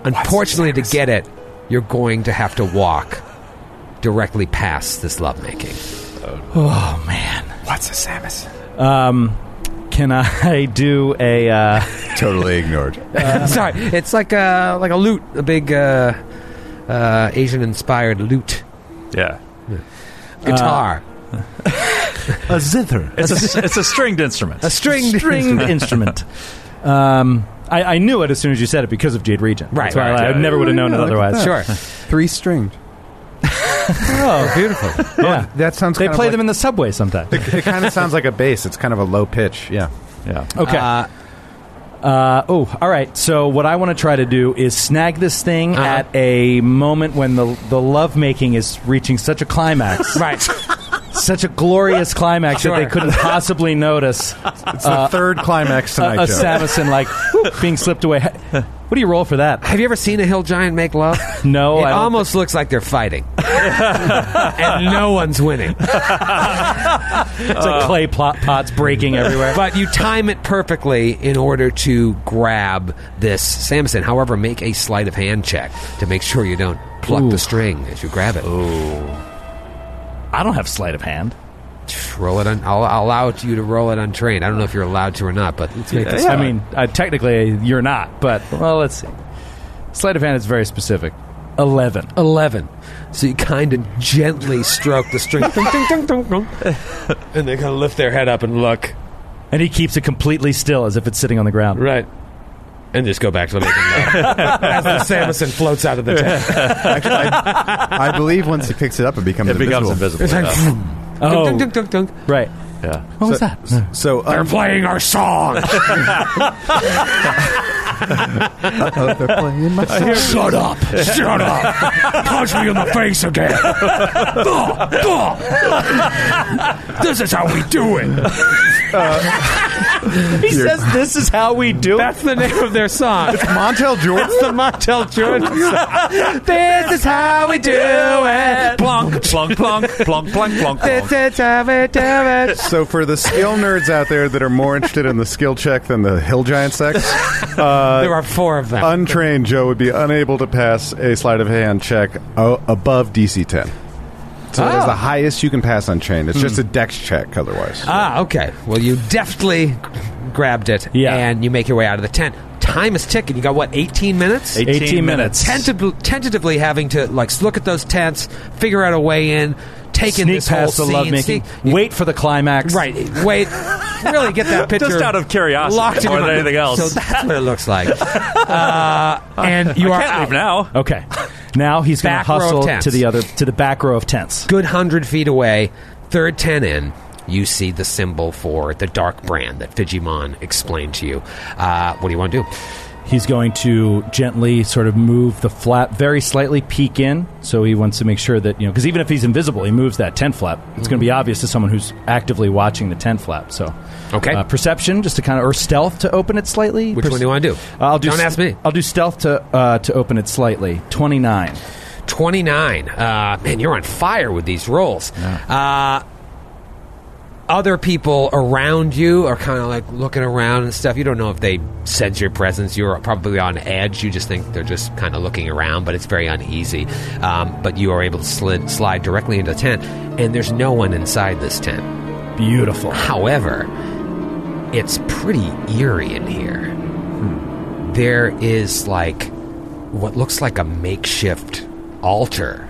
[SPEAKER 2] Unfortunately, to get it, you're going to have to walk directly past this lovemaking.
[SPEAKER 4] Oh man, what's a Samus? Um, can I [laughs] do a? Uh,
[SPEAKER 5] totally
[SPEAKER 2] [laughs]
[SPEAKER 5] ignored.
[SPEAKER 2] Sorry, it's like a like a loot, a big uh, uh, Asian-inspired loot
[SPEAKER 6] Yeah.
[SPEAKER 2] guitar,
[SPEAKER 5] A zither.
[SPEAKER 6] It's a, it's a stringed instrument.
[SPEAKER 2] a stringed
[SPEAKER 4] stringed instrument. Um, I, I knew it as soon as you said it because of Jade Regent.
[SPEAKER 2] Right,
[SPEAKER 4] That's why
[SPEAKER 2] right,
[SPEAKER 4] I, I
[SPEAKER 6] yeah,
[SPEAKER 4] never
[SPEAKER 6] yeah.
[SPEAKER 4] would have known it
[SPEAKER 7] look at
[SPEAKER 4] otherwise.
[SPEAKER 2] Sure,
[SPEAKER 7] that. Three stringed.
[SPEAKER 4] Oh,
[SPEAKER 2] beautiful.
[SPEAKER 4] yeah.
[SPEAKER 7] That sounds.
[SPEAKER 4] They
[SPEAKER 7] kind
[SPEAKER 4] play
[SPEAKER 7] of
[SPEAKER 4] them in the subway sometimes.
[SPEAKER 7] Like, it kind of sounds like a bass. It's kind of a low pitch. Yeah.
[SPEAKER 6] yeah.
[SPEAKER 4] Okay. Uh,
[SPEAKER 2] Uh,
[SPEAKER 4] oh, all right. So what I want to try to do is snag this thing
[SPEAKER 2] Uh-huh.
[SPEAKER 4] at a moment when the the lovemaking is reaching such a climax,
[SPEAKER 2] [laughs] right.
[SPEAKER 4] such a glorious climax that
[SPEAKER 2] Sure.
[SPEAKER 4] they couldn't
[SPEAKER 2] [laughs]
[SPEAKER 4] possibly notice
[SPEAKER 7] It's the third climax
[SPEAKER 4] a,
[SPEAKER 7] tonight,
[SPEAKER 4] a
[SPEAKER 7] Joe.
[SPEAKER 4] Samson like being slipped away. What do you roll for that?
[SPEAKER 2] Have you ever seen a hill giant make love?
[SPEAKER 4] No,
[SPEAKER 2] it
[SPEAKER 4] I don't
[SPEAKER 2] almost looks like they're fighting, and no one's winning.
[SPEAKER 4] It's like clay plot pots
[SPEAKER 2] [laughs]
[SPEAKER 4] breaking everywhere.
[SPEAKER 2] But you time it perfectly in order to grab this Samson. However, make a sleight of hand check to make sure you don't pluck the string as you grab it.
[SPEAKER 4] I don't have sleight of hand.
[SPEAKER 2] Roll it. Un- I'll, I'll allow you to roll it untrained. I don't know if you're allowed to or not, but let's make this.
[SPEAKER 4] I mean, uh, technically you're not, but well, let's see. Sleight of hand is very specific. Eleven.
[SPEAKER 2] 11. So you kind of gently stroke the string. Dun, dun, dun, dun, dun. and they kind of lift their head up and look.
[SPEAKER 4] And he keeps it completely still as if it's sitting on the ground.
[SPEAKER 2] Right. And just go back to making love. [laughs] As the Samson floats out of the tent.
[SPEAKER 5] Actually, I, I believe once he picks it up, it becomes
[SPEAKER 6] It becomes
[SPEAKER 5] invisible.
[SPEAKER 6] invisible.
[SPEAKER 2] It's like,
[SPEAKER 6] yeah.
[SPEAKER 4] Oh,
[SPEAKER 2] dunk, dunk, dunk, dunk.
[SPEAKER 4] right.
[SPEAKER 6] Yeah.
[SPEAKER 4] What was that?
[SPEAKER 5] So uh,
[SPEAKER 2] They're playing our
[SPEAKER 5] [laughs]
[SPEAKER 2] song.
[SPEAKER 5] oh, they're playing my song.
[SPEAKER 2] Shut up. Shut up. Punch me in the face again. Duh, duh. This is how we do it.
[SPEAKER 4] He says this is how we do it.
[SPEAKER 2] That's the name of their song.
[SPEAKER 5] Montel Jordan.
[SPEAKER 2] It's the Montel Jordan song. This is how we do it.
[SPEAKER 6] Plonk, plonk, plonk, plonk, plonk, plonk,
[SPEAKER 2] This
[SPEAKER 6] plonk.
[SPEAKER 2] is how we do it.
[SPEAKER 5] So for the skill nerds out there that are more interested in the skill check than the hill giant sex, uh,
[SPEAKER 2] There are four of them.
[SPEAKER 5] untrained Joe would be unable to pass a sleight of hand check o- above DC 10.
[SPEAKER 7] So that is
[SPEAKER 5] Ah.
[SPEAKER 2] Oh.
[SPEAKER 7] the highest you can pass untrained. It's just a dex check, otherwise.
[SPEAKER 2] Ah, okay. Well, you deftly grabbed it,
[SPEAKER 4] Yeah.
[SPEAKER 2] and you make your way out of the tent. Time is ticking. You got what? Eighteen minutes.
[SPEAKER 4] 18,
[SPEAKER 6] 18
[SPEAKER 4] minutes.
[SPEAKER 2] Tentatively, tentatively having to like look at those tents, figure out a way in, take in
[SPEAKER 4] Sneak
[SPEAKER 2] this whole
[SPEAKER 4] past the
[SPEAKER 2] scene,
[SPEAKER 4] lovemaking.
[SPEAKER 2] sneak-
[SPEAKER 4] Wait for the climax.
[SPEAKER 2] right? Wait, really get
[SPEAKER 4] [laughs]
[SPEAKER 2] that picture
[SPEAKER 6] Just out of curiosity
[SPEAKER 2] locked in
[SPEAKER 6] more
[SPEAKER 2] your
[SPEAKER 6] than
[SPEAKER 2] mind.
[SPEAKER 6] anything else.
[SPEAKER 2] So
[SPEAKER 6] [laughs]
[SPEAKER 2] that's what it looks like. Uh, and you are
[SPEAKER 6] I can't leave now.
[SPEAKER 4] Okay. Now he's going to
[SPEAKER 2] Back row of
[SPEAKER 4] hustle
[SPEAKER 2] tents.
[SPEAKER 4] to the other to the back row of tents.
[SPEAKER 2] good hundred feet away, third ten in, you see the symbol for the dark brand that Fijimon explained to you. Uh, what do you want to do?
[SPEAKER 4] He's going to gently sort of move the flap, very slightly peek in. So he wants to make sure that, you know, because even if he's invisible, he moves that tent flap. It's going to
[SPEAKER 2] Mm-hmm.
[SPEAKER 4] be obvious to someone who's actively watching the tent flap. So,
[SPEAKER 2] Okay.
[SPEAKER 4] Uh, perception, just to kind of, or stealth to open it slightly.
[SPEAKER 2] Which one do you want to do?
[SPEAKER 4] I'll do
[SPEAKER 2] Don't
[SPEAKER 4] s-
[SPEAKER 2] ask me.
[SPEAKER 4] I'll do stealth to uh, to open it slightly. Twenty nine.
[SPEAKER 2] 29. Uh, man, you're on fire with these rolls. Uh, other people around you are kind of like looking around and stuff. You don't know if they sense your presence. You're probably on edge. You just think they're just kind of looking around, but it's very uneasy. Um, but you are able to slid, slide directly into the tent, and there's no one inside this tent.
[SPEAKER 4] Beautiful.
[SPEAKER 2] However, it's pretty eerie in here. There is like what looks like a makeshift altar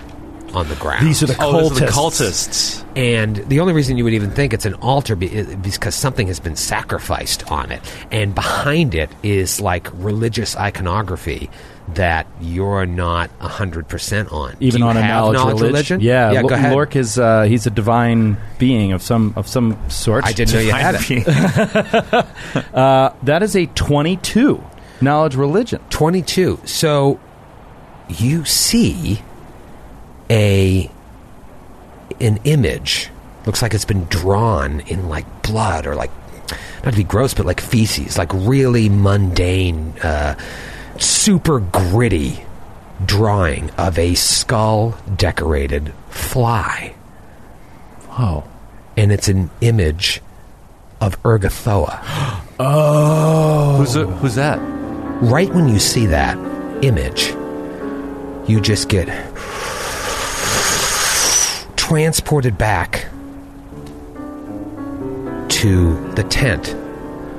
[SPEAKER 2] on the ground.
[SPEAKER 4] These are the
[SPEAKER 6] Oh, those are the
[SPEAKER 4] cultists.
[SPEAKER 6] cultists.
[SPEAKER 2] and the only reason you would even think it's an altar be- is because something has been sacrificed on it, and behind it is like religious iconography that you're not hundred percent on. Do
[SPEAKER 4] Even
[SPEAKER 2] you
[SPEAKER 4] on a
[SPEAKER 2] have
[SPEAKER 4] knowledge,
[SPEAKER 2] knowledge religion?
[SPEAKER 4] Yeah,
[SPEAKER 2] yeah.
[SPEAKER 4] Lo-
[SPEAKER 2] go ahead.
[SPEAKER 4] Lork is uh, he's a divine being of some of some sort.
[SPEAKER 2] I didn't know
[SPEAKER 4] [laughs]
[SPEAKER 2] you had it.
[SPEAKER 4] Uh, That is a twenty-two knowledge religion.
[SPEAKER 2] 22. So you see a an image looks like it's been drawn in like blood or like not to be gross but like feces, like really mundane uh super gritty drawing of a skull decorated fly
[SPEAKER 4] Oh.
[SPEAKER 2] and it's an image of Ergothoa.
[SPEAKER 6] Who's, the- who's that?
[SPEAKER 2] right when you see that image, you just get transported back to the tent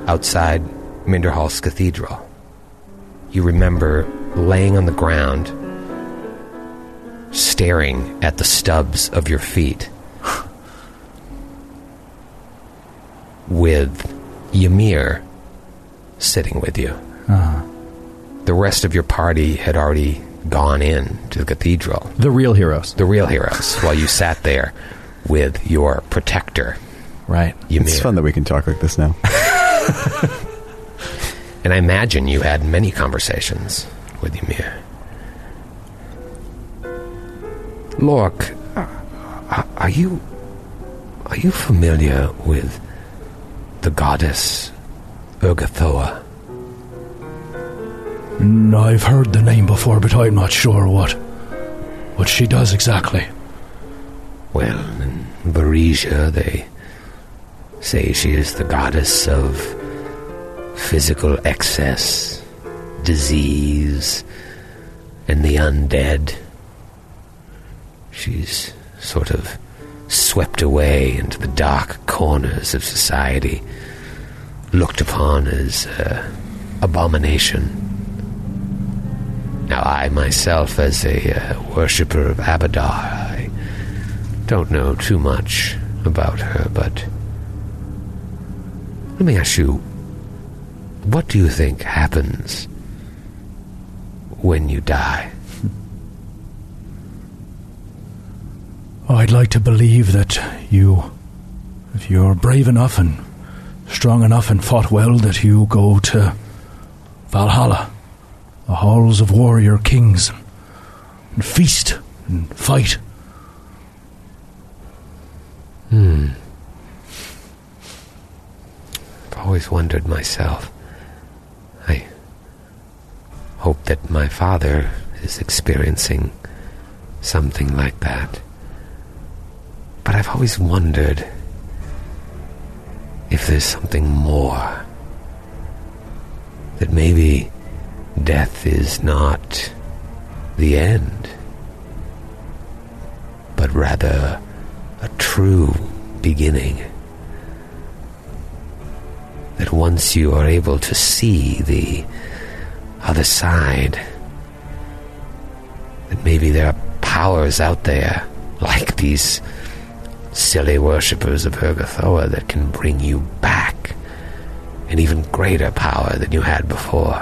[SPEAKER 2] outside Minderhall's Cathedral. You remember laying on the ground, staring at the stubs of your feet with Ymir sitting with you the rest of your party had already gone in to the cathedral,
[SPEAKER 4] The real heroes.
[SPEAKER 2] the real heroes, while you sat there with your protector,
[SPEAKER 4] Right.
[SPEAKER 3] It's
[SPEAKER 2] Ymir.
[SPEAKER 3] fun that we can talk like this now.
[SPEAKER 2] And I imagine you had many conversations with Ymir. Lork, are- uh, are you are you familiar with the goddess Urgathoa?
[SPEAKER 10] I've heard the name before, but I'm not sure what what she does exactly.
[SPEAKER 2] Well, in Varesia, they say she is the goddess of physical excess, disease, and the undead. She's sort of swept away into the dark corners of society, looked upon as uh, abomination. Now, I myself, as a uh, worshipper of Abadar, I don't know too much about her, but let me ask you what do you think happens when you die?
[SPEAKER 10] I'd like to believe that you, if you're brave enough and strong enough and fought well, that you go to Valhalla, the halls of warrior kings, and feast and fight.
[SPEAKER 2] I've always wondered myself. I hope that my father is experiencing something like that. But I've always wondered if there's something more. That maybe death is not the end, but rather a true beginning that once you are able to see the other side, that maybe there are powers out there like these silly worshippers of Ergothoa that can bring you back an even greater power than you had before.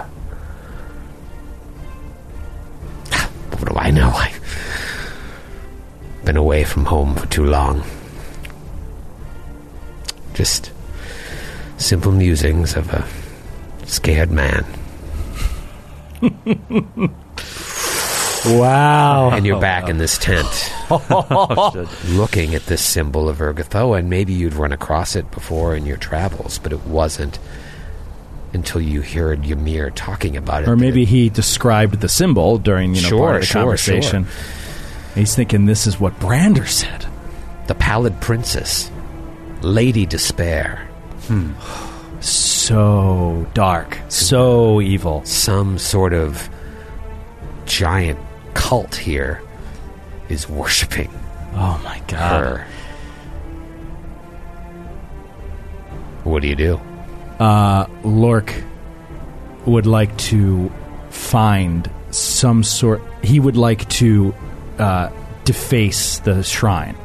[SPEAKER 2] [sighs] What do I know? I've been away from home for too long. Just simple musings of a scared man.
[SPEAKER 4] Wow.
[SPEAKER 2] And you're back in this
[SPEAKER 4] [laughs]
[SPEAKER 2] tent. looking at this symbol of Ergothoa, and maybe you'd run across it before in your travels, but it wasn't until you heard Ymir talking about it.
[SPEAKER 4] Or maybe he described the symbol during you know
[SPEAKER 2] Sure,
[SPEAKER 4] part of the
[SPEAKER 2] sure,
[SPEAKER 4] conversation. He's thinking this is what Brander said.
[SPEAKER 2] The Pallid Princess, Lady Despair.
[SPEAKER 4] So dark, so evil.
[SPEAKER 2] Some sort of giant cult here is worshipping
[SPEAKER 4] Oh my god.
[SPEAKER 2] her. What do you do?
[SPEAKER 4] Uh, Lork would like to find some sort. He would like to uh, deface the shrine.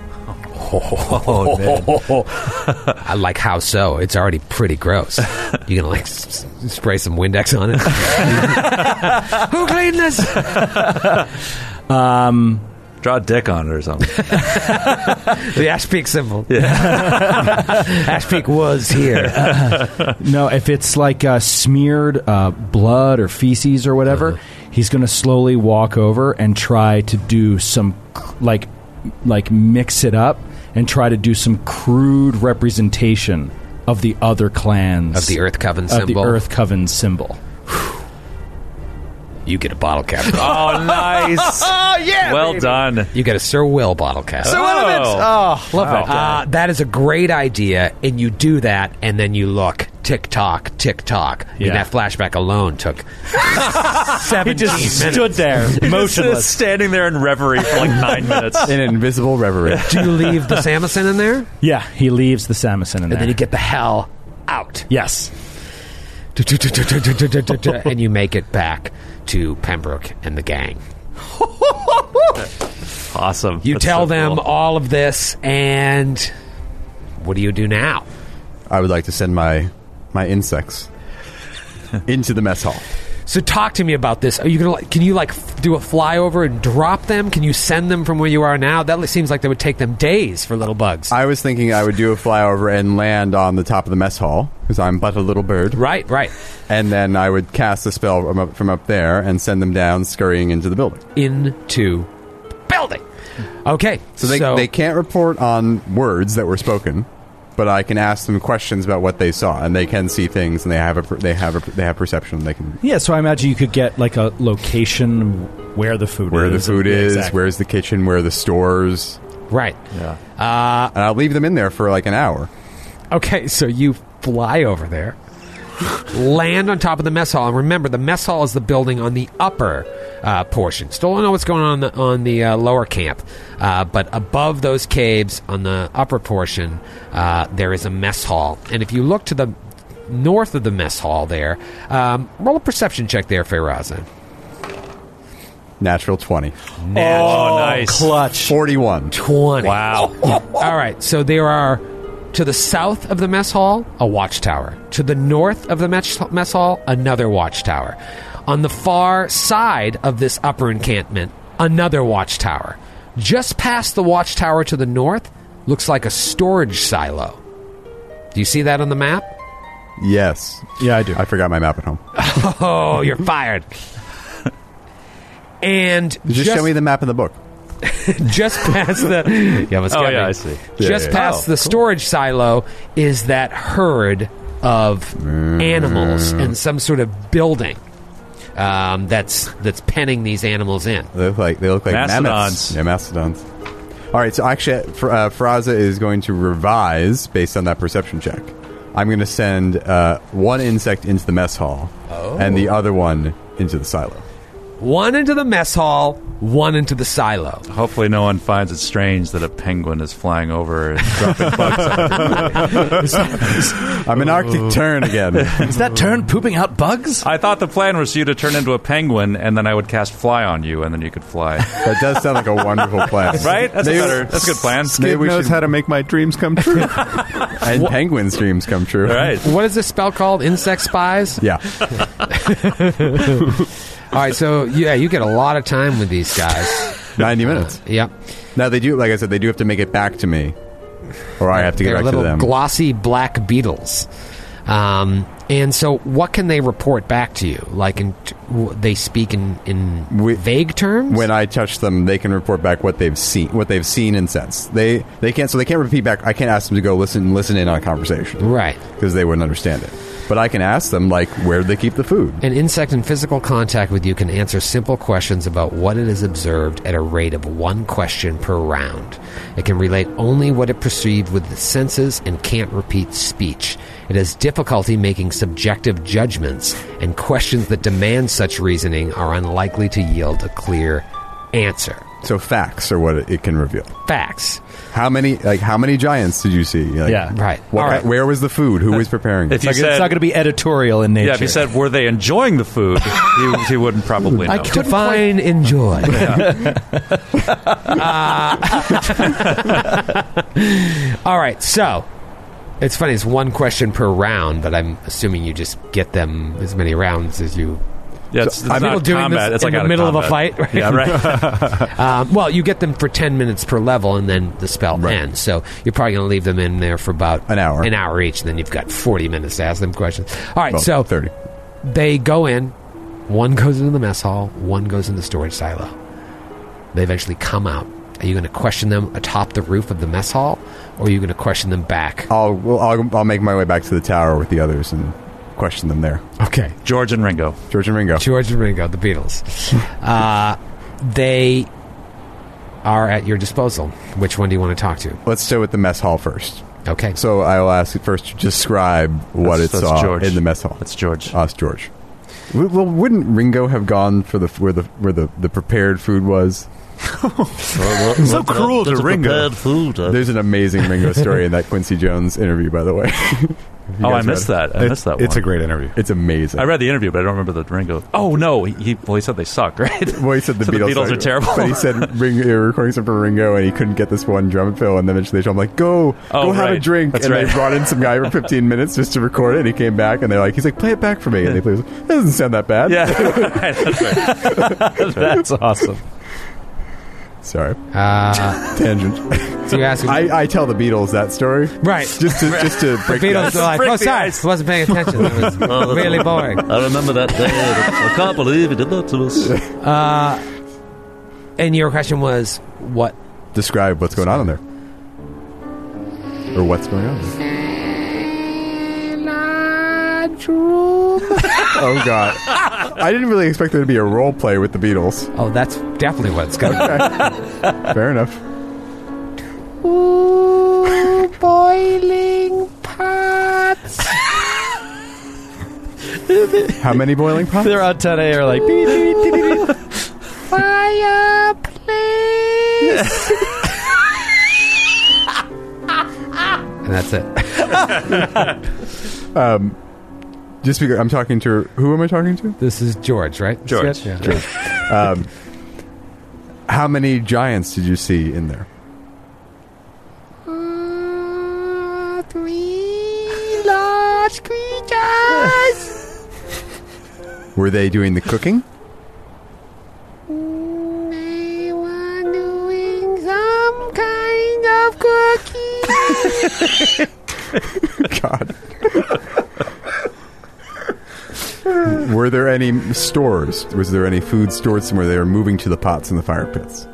[SPEAKER 2] I like how so. It's already pretty [laughs] gross. You gonna like s- s- spray some Windex on it? [laughs] Who cleaned this?
[SPEAKER 6] Draw a dick on it or something.
[SPEAKER 2] The ash peak symbol. [laughs] ash peak was [laughs] here.
[SPEAKER 4] No, if it's like uh, smeared uh, blood or feces or whatever, he's going to slowly walk over and try to do some cr- like like mix it up and try to do some crude representation of the other clans
[SPEAKER 2] Of the Earth Coven
[SPEAKER 4] of the
[SPEAKER 2] symbol.
[SPEAKER 4] Earth Coven symbol.
[SPEAKER 2] You get a bottle cap.
[SPEAKER 6] oh, nice. oh, [laughs] yeah. Well done.
[SPEAKER 2] You get a Sir Will bottle cap.
[SPEAKER 4] Oh, love that.
[SPEAKER 2] Uh, that is a great idea, and you do that, and then you look tick tock, tick tock. I mean,
[SPEAKER 4] Yeah.
[SPEAKER 2] that flashback alone took seventeen minutes.
[SPEAKER 4] [laughs] there,
[SPEAKER 6] Just standing there in reverie for like nine minutes.
[SPEAKER 5] In an invisible reverie.
[SPEAKER 2] Do you leave the Samusen in there,
[SPEAKER 4] Yeah, he leaves the Samusen in
[SPEAKER 2] [laughs]
[SPEAKER 4] there.
[SPEAKER 2] and then you get the hell out,
[SPEAKER 4] yes,
[SPEAKER 2] [laughs] and you make it back to Pembroke and the gang.
[SPEAKER 6] Awesome.
[SPEAKER 2] You
[SPEAKER 6] That's
[SPEAKER 2] tell
[SPEAKER 6] so
[SPEAKER 2] them
[SPEAKER 6] cool.
[SPEAKER 2] all of this, and what do you do now?
[SPEAKER 5] I would like to send my
[SPEAKER 2] [laughs]
[SPEAKER 5] my insects into the mess hall.
[SPEAKER 2] So talk to me about this. Are you gonna? like Can you like f- do a flyover and drop them? Can you send them from where you are now? That li- seems like that would take them days for little bugs.
[SPEAKER 5] I was thinking I would do a flyover and land on the top of the mess hall because I'm but a little bird,
[SPEAKER 2] right, right.
[SPEAKER 5] and then I would cast a spell from up, from up there and send them down scurrying into the building.
[SPEAKER 2] Into building. Okay,
[SPEAKER 5] So they they can't report on words that were spoken, but I can ask them questions about what they saw, and they can see things, and they have a per- they have a per- they have perception. They can
[SPEAKER 4] yeah. So I imagine you could get like a location where the food
[SPEAKER 5] where the
[SPEAKER 4] is.
[SPEAKER 5] food
[SPEAKER 4] Yeah,
[SPEAKER 5] is,
[SPEAKER 4] exactly.
[SPEAKER 5] where's the kitchen, where are the stores,
[SPEAKER 2] right.
[SPEAKER 5] and I'll leave them in there for like an hour.
[SPEAKER 2] Okay, so you fly over there, land on top of the mess hall, and remember the mess hall is the building on the upper uh, portion. Still don't know what's going on on the, on the uh, lower camp, uh, but above those caves on the upper portion, uh, there is a mess hall, and if you look to the north of the mess hall, there, um, roll a perception check there, Feyraza.
[SPEAKER 5] Natural twenty.
[SPEAKER 6] Oh, nice.
[SPEAKER 4] Clutch.
[SPEAKER 5] 41.
[SPEAKER 2] 20.
[SPEAKER 6] Wow.
[SPEAKER 2] [laughs] All right, so there are to the south of the mess hall a watchtower. To the north of the mess mess hall, another watchtower. On the far side of this upper encampment, another watchtower. Just past the watchtower to the north looks like a storage silo. Do you see that on the map?
[SPEAKER 5] Yes.
[SPEAKER 4] Yeah, I do.
[SPEAKER 5] I forgot my map at home.
[SPEAKER 2] Oh, you're fired. And
[SPEAKER 5] Just, show me the map in the book.
[SPEAKER 2] just past
[SPEAKER 5] [laughs]
[SPEAKER 2] the yeah,
[SPEAKER 6] Oh, yeah, I see.
[SPEAKER 2] Just
[SPEAKER 5] Yeah, yeah.
[SPEAKER 2] past
[SPEAKER 4] Oh,
[SPEAKER 2] the storage silo is that herd of
[SPEAKER 5] Mm.
[SPEAKER 2] animals and some sort of building um, that's that's penning these animals in.
[SPEAKER 5] They look like they look like mammoths.
[SPEAKER 6] Mastodons.
[SPEAKER 5] Yeah, mastodons. All right. So actually, Fr- uh, Fraza is going to revise based on that perception check. I'm going to
[SPEAKER 6] Oh.
[SPEAKER 5] send uh, one insect into the mess hall and the other one into the silo.
[SPEAKER 2] One into the mess hall, one into the silo.
[SPEAKER 6] Hopefully, no one finds it strange that a penguin is flying over and dropping bugs.
[SPEAKER 5] I'm an Arctic tern again.
[SPEAKER 4] Is that turn pooping out bugs?
[SPEAKER 6] I thought the plan was for you to turn into a penguin, and then I would cast fly on you, and then you could fly.
[SPEAKER 5] That does sound like a wonderful plan.
[SPEAKER 6] [laughs] Right? That's a
[SPEAKER 5] Maybe-
[SPEAKER 6] better. That's a good plan.
[SPEAKER 5] Maybe
[SPEAKER 7] Kid
[SPEAKER 5] we
[SPEAKER 7] knows
[SPEAKER 5] should-
[SPEAKER 7] how to make my dreams come true.
[SPEAKER 5] [laughs] And penguins' dreams come true.
[SPEAKER 6] All right.
[SPEAKER 2] What is this spell called? Insect spies?
[SPEAKER 5] Yeah.
[SPEAKER 2] All right, so yeah, you get a lot of time with these guys.
[SPEAKER 5] 90 minutes.
[SPEAKER 2] Yep.
[SPEAKER 5] Now, they do, like I said, they do have to make it back to me, or I have to get
[SPEAKER 2] They're
[SPEAKER 5] back
[SPEAKER 2] little
[SPEAKER 5] to them.
[SPEAKER 2] glossy black beetles. Um, and so, what can they report back to you? Like, in t- w- they speak in, in
[SPEAKER 5] We-
[SPEAKER 2] vague terms.
[SPEAKER 5] when I touch them, they can report back what they've seen, what they've seen and sensed. They they can't, so they can't repeat back. I can't ask them to go listen listen in on a conversation
[SPEAKER 2] right,
[SPEAKER 5] because they wouldn't understand it. But I can ask them like, where do they keep the food?
[SPEAKER 2] an insect in physical contact with you can answer simple questions about what it has observed at a rate of one question per round. It can relate only what it perceived with the senses and can't repeat speech. It has difficulty making subjective judgments, and questions that demand such reasoning are unlikely to yield a clear answer.
[SPEAKER 5] So facts are what it, it can reveal.
[SPEAKER 2] Facts.
[SPEAKER 5] How many like how many giants did you see? Like,
[SPEAKER 4] Yeah.
[SPEAKER 2] Right.
[SPEAKER 5] what-
[SPEAKER 2] All right. Uh,
[SPEAKER 5] Where was the food? Who was preparing? it?
[SPEAKER 6] If you
[SPEAKER 4] Like,
[SPEAKER 6] said,
[SPEAKER 4] it's not going to be editorial in nature.
[SPEAKER 6] yeah, if you said, were they enjoying the food, he, he wouldn't probably know.
[SPEAKER 2] I Define enjoy. Uh, [laughs] all right, so it's funny. It's one question per round, but I'm assuming you just get them as many rounds as you.
[SPEAKER 6] yeah, it's, it's
[SPEAKER 2] Are people
[SPEAKER 6] not
[SPEAKER 2] doing
[SPEAKER 6] combat.
[SPEAKER 2] this
[SPEAKER 6] it's like
[SPEAKER 2] in
[SPEAKER 6] out
[SPEAKER 2] the middle of a
[SPEAKER 6] combat.
[SPEAKER 2] fight. Right?
[SPEAKER 6] Yeah, right.
[SPEAKER 2] Um, well, you get them for ten minutes per level, and then the spell ends. So you're probably going to leave them in there for about
[SPEAKER 5] An hour.
[SPEAKER 2] an hour each, and then you've got forty minutes to ask them questions. All right,
[SPEAKER 5] Well,
[SPEAKER 2] so
[SPEAKER 5] thirty.
[SPEAKER 2] they go in. One goes into the mess hall. One goes into the storage silo. They eventually come out. Are you going to question them atop the roof of the mess hall, or are you going to question them back?
[SPEAKER 5] I'll, well, I'll I'll make my way back to the tower with the others and question them there.
[SPEAKER 2] Okay,
[SPEAKER 6] George and Ringo.
[SPEAKER 5] George and Ringo.
[SPEAKER 2] George and Ringo, the Beatles. uh, they are at your disposal. Which one do you want to talk to?
[SPEAKER 5] Let's start with the mess hall first.
[SPEAKER 2] Okay,
[SPEAKER 5] So I will ask you first to describe what
[SPEAKER 6] That's-
[SPEAKER 5] it
[SPEAKER 6] that's
[SPEAKER 5] saw
[SPEAKER 6] George.
[SPEAKER 5] in the mess hall.
[SPEAKER 6] That's George.
[SPEAKER 5] Us, George. W- Well, wouldn't Ringo have gone for the where the where the, the prepared food was?
[SPEAKER 11] so cruel to Ringo. Prepared food.
[SPEAKER 6] Oh,
[SPEAKER 11] uh,
[SPEAKER 5] There's an amazing Ringo story in that Quincy Jones interview, by the way. [laughs]
[SPEAKER 6] oh, I
[SPEAKER 5] guys
[SPEAKER 6] missed that. I
[SPEAKER 5] It-
[SPEAKER 6] missed that
[SPEAKER 5] it's
[SPEAKER 6] one.
[SPEAKER 5] a great
[SPEAKER 7] interview.
[SPEAKER 5] It's amazing.
[SPEAKER 6] I read the interview, but I don't remember the Ringo. Oh no, he, he well he said they suck, right?
[SPEAKER 5] Well, he said the,
[SPEAKER 6] [laughs] So the
[SPEAKER 5] Beatles,
[SPEAKER 6] Beatles are terrible.
[SPEAKER 5] But he said Ringo, they were recording something for Ringo, and he couldn't get this one drum fill. And then eventually, they told him like, "Go,
[SPEAKER 6] Oh,
[SPEAKER 5] go have a
[SPEAKER 6] right.
[SPEAKER 5] drink."
[SPEAKER 6] That's
[SPEAKER 5] and they
[SPEAKER 6] right.
[SPEAKER 5] brought in some guy for
[SPEAKER 6] [laughs]
[SPEAKER 5] 15 minutes just to record it. And he came back, and they're like, "He's like, play it back for me." And they played. it. That doesn't sound that bad.
[SPEAKER 6] [laughs] yeah, [laughs] right, that's right.
[SPEAKER 4] that's awesome.
[SPEAKER 5] Sorry,
[SPEAKER 2] uh,
[SPEAKER 6] [laughs]
[SPEAKER 5] tangent.
[SPEAKER 2] so you ask. him-
[SPEAKER 5] [laughs] I, I tell the Beatles that story.
[SPEAKER 2] Right.
[SPEAKER 5] Just to just to break the
[SPEAKER 2] Beatles
[SPEAKER 5] ice.
[SPEAKER 2] are like,
[SPEAKER 6] Break
[SPEAKER 2] oh,
[SPEAKER 6] the
[SPEAKER 2] sorry,
[SPEAKER 6] ice."
[SPEAKER 2] wasn't paying attention. It was
[SPEAKER 11] oh,
[SPEAKER 6] [laughs]
[SPEAKER 11] that's-
[SPEAKER 2] really boring.
[SPEAKER 11] I remember that day. I can't believe he did that to us.
[SPEAKER 6] [laughs]
[SPEAKER 2] And your question was what?
[SPEAKER 5] describe what's going on in there. Or what's going on. there. [laughs] Oh god. I didn't really expect there to be a role play with the Beatles.
[SPEAKER 2] Oh, that's definitely what it's going to
[SPEAKER 5] Fair enough.
[SPEAKER 2] be. Boiling pots.
[SPEAKER 5] How many boiling pots?
[SPEAKER 4] [laughs] They're on 10 a.m. like, beep, beep, beep, beep, beep.
[SPEAKER 2] Fireplace. and that's it.
[SPEAKER 5] Just because I'm talking to who am I talking to?
[SPEAKER 2] This is George, right?
[SPEAKER 6] George.
[SPEAKER 2] Yeah.
[SPEAKER 5] How many giants did you see in there?
[SPEAKER 2] Uh, Three large creatures.
[SPEAKER 5] [laughs] Were they doing the cooking?
[SPEAKER 2] They were doing some kind of cooking.
[SPEAKER 5] [laughs] God. Were there any stores? Was there any food stored somewhere they were moving to the pots and the fire pits?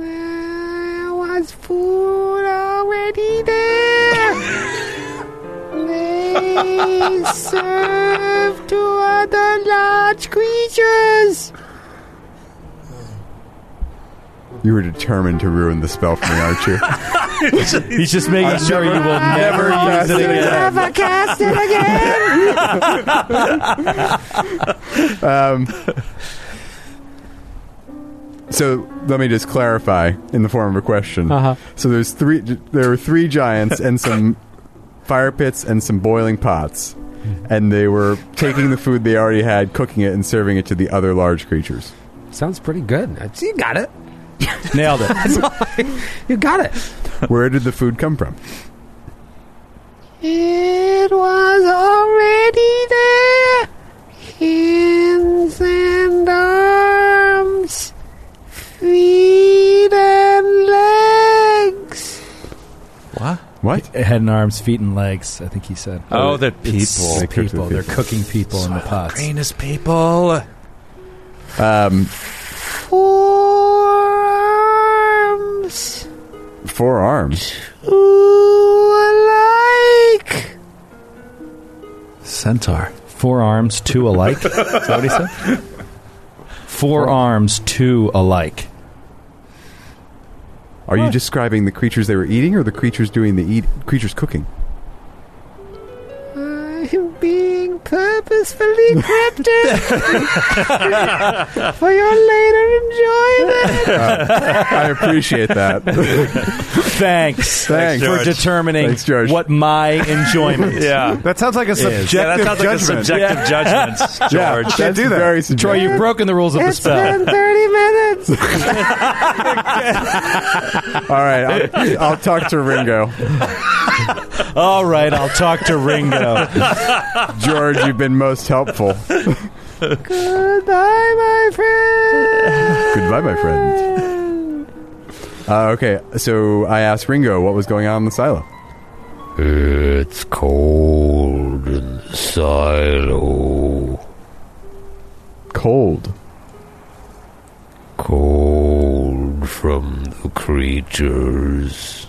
[SPEAKER 2] There was food already there. they served to other large creatures.
[SPEAKER 5] You were determined to ruin the spell for me, aren't you?
[SPEAKER 4] [laughs] He's just making
[SPEAKER 5] I've
[SPEAKER 4] sure
[SPEAKER 5] never-
[SPEAKER 4] you will
[SPEAKER 5] I've
[SPEAKER 4] never
[SPEAKER 5] never
[SPEAKER 4] use it again.
[SPEAKER 12] Never cast it again.
[SPEAKER 5] [laughs] um, so let me just clarify in the form of a question.
[SPEAKER 2] Uh-huh.
[SPEAKER 5] So there's three. There were three giants and some
[SPEAKER 4] [laughs]
[SPEAKER 5] fire pits and some boiling pots, and they were taking the food they already had, cooking it, and serving it to the other large creatures.
[SPEAKER 2] Sounds pretty good. I- You got it.
[SPEAKER 4] Nailed it.
[SPEAKER 2] you got it.
[SPEAKER 5] Where did the food come from?
[SPEAKER 12] It was already there. Hands and arms, feet and legs.
[SPEAKER 6] What?
[SPEAKER 5] What?
[SPEAKER 4] Head and arms, feet and legs. I think he said.
[SPEAKER 6] Oh, the
[SPEAKER 4] It's
[SPEAKER 6] people.
[SPEAKER 4] the
[SPEAKER 6] They cooked the
[SPEAKER 4] people. They're
[SPEAKER 6] people.
[SPEAKER 4] cooking people in the pots.
[SPEAKER 6] Greenest people.
[SPEAKER 5] Um,
[SPEAKER 12] Four arms,
[SPEAKER 5] four arms.
[SPEAKER 12] two alike.
[SPEAKER 4] Centaur. Four arms, two alike. Is that what he said?
[SPEAKER 6] [laughs]
[SPEAKER 4] Four arms, two alike.
[SPEAKER 5] Are you describing the creatures they were eating, or the creatures doing the eat creatures cooking?
[SPEAKER 12] I'm being purposefully
[SPEAKER 6] [laughs]
[SPEAKER 12] cryptic for your later enjoyment.
[SPEAKER 5] [laughs] Uh, I appreciate that.
[SPEAKER 4] Thanks.
[SPEAKER 5] Thanks,
[SPEAKER 4] for
[SPEAKER 5] George.
[SPEAKER 4] determining
[SPEAKER 5] Thanks, George.
[SPEAKER 4] what my [laughs] enjoyment.
[SPEAKER 6] Yeah.
[SPEAKER 4] that sounds like
[SPEAKER 6] a subjective Yeah, that sounds like a judgment. subjective judgment,
[SPEAKER 5] [laughs]
[SPEAKER 6] [laughs] Yeah, George. can't do that.
[SPEAKER 5] Very
[SPEAKER 4] Troy,
[SPEAKER 5] subjective.
[SPEAKER 4] you've broken the rules of the
[SPEAKER 12] It's
[SPEAKER 4] spell.
[SPEAKER 12] been 30
[SPEAKER 6] [laughs]
[SPEAKER 12] minutes.
[SPEAKER 5] All right, I'll, I'll talk to Ringo.
[SPEAKER 4] [laughs] All right, I'll talk to Ringo.
[SPEAKER 5] [laughs] George, you've been most helpful.
[SPEAKER 12] Goodbye, my friend.
[SPEAKER 5] Goodbye, my friend. Uh, okay, so I asked Ringo what was going on in the silo.
[SPEAKER 1] It's cold in the silo.
[SPEAKER 5] Cold.
[SPEAKER 1] Cold from the creatures.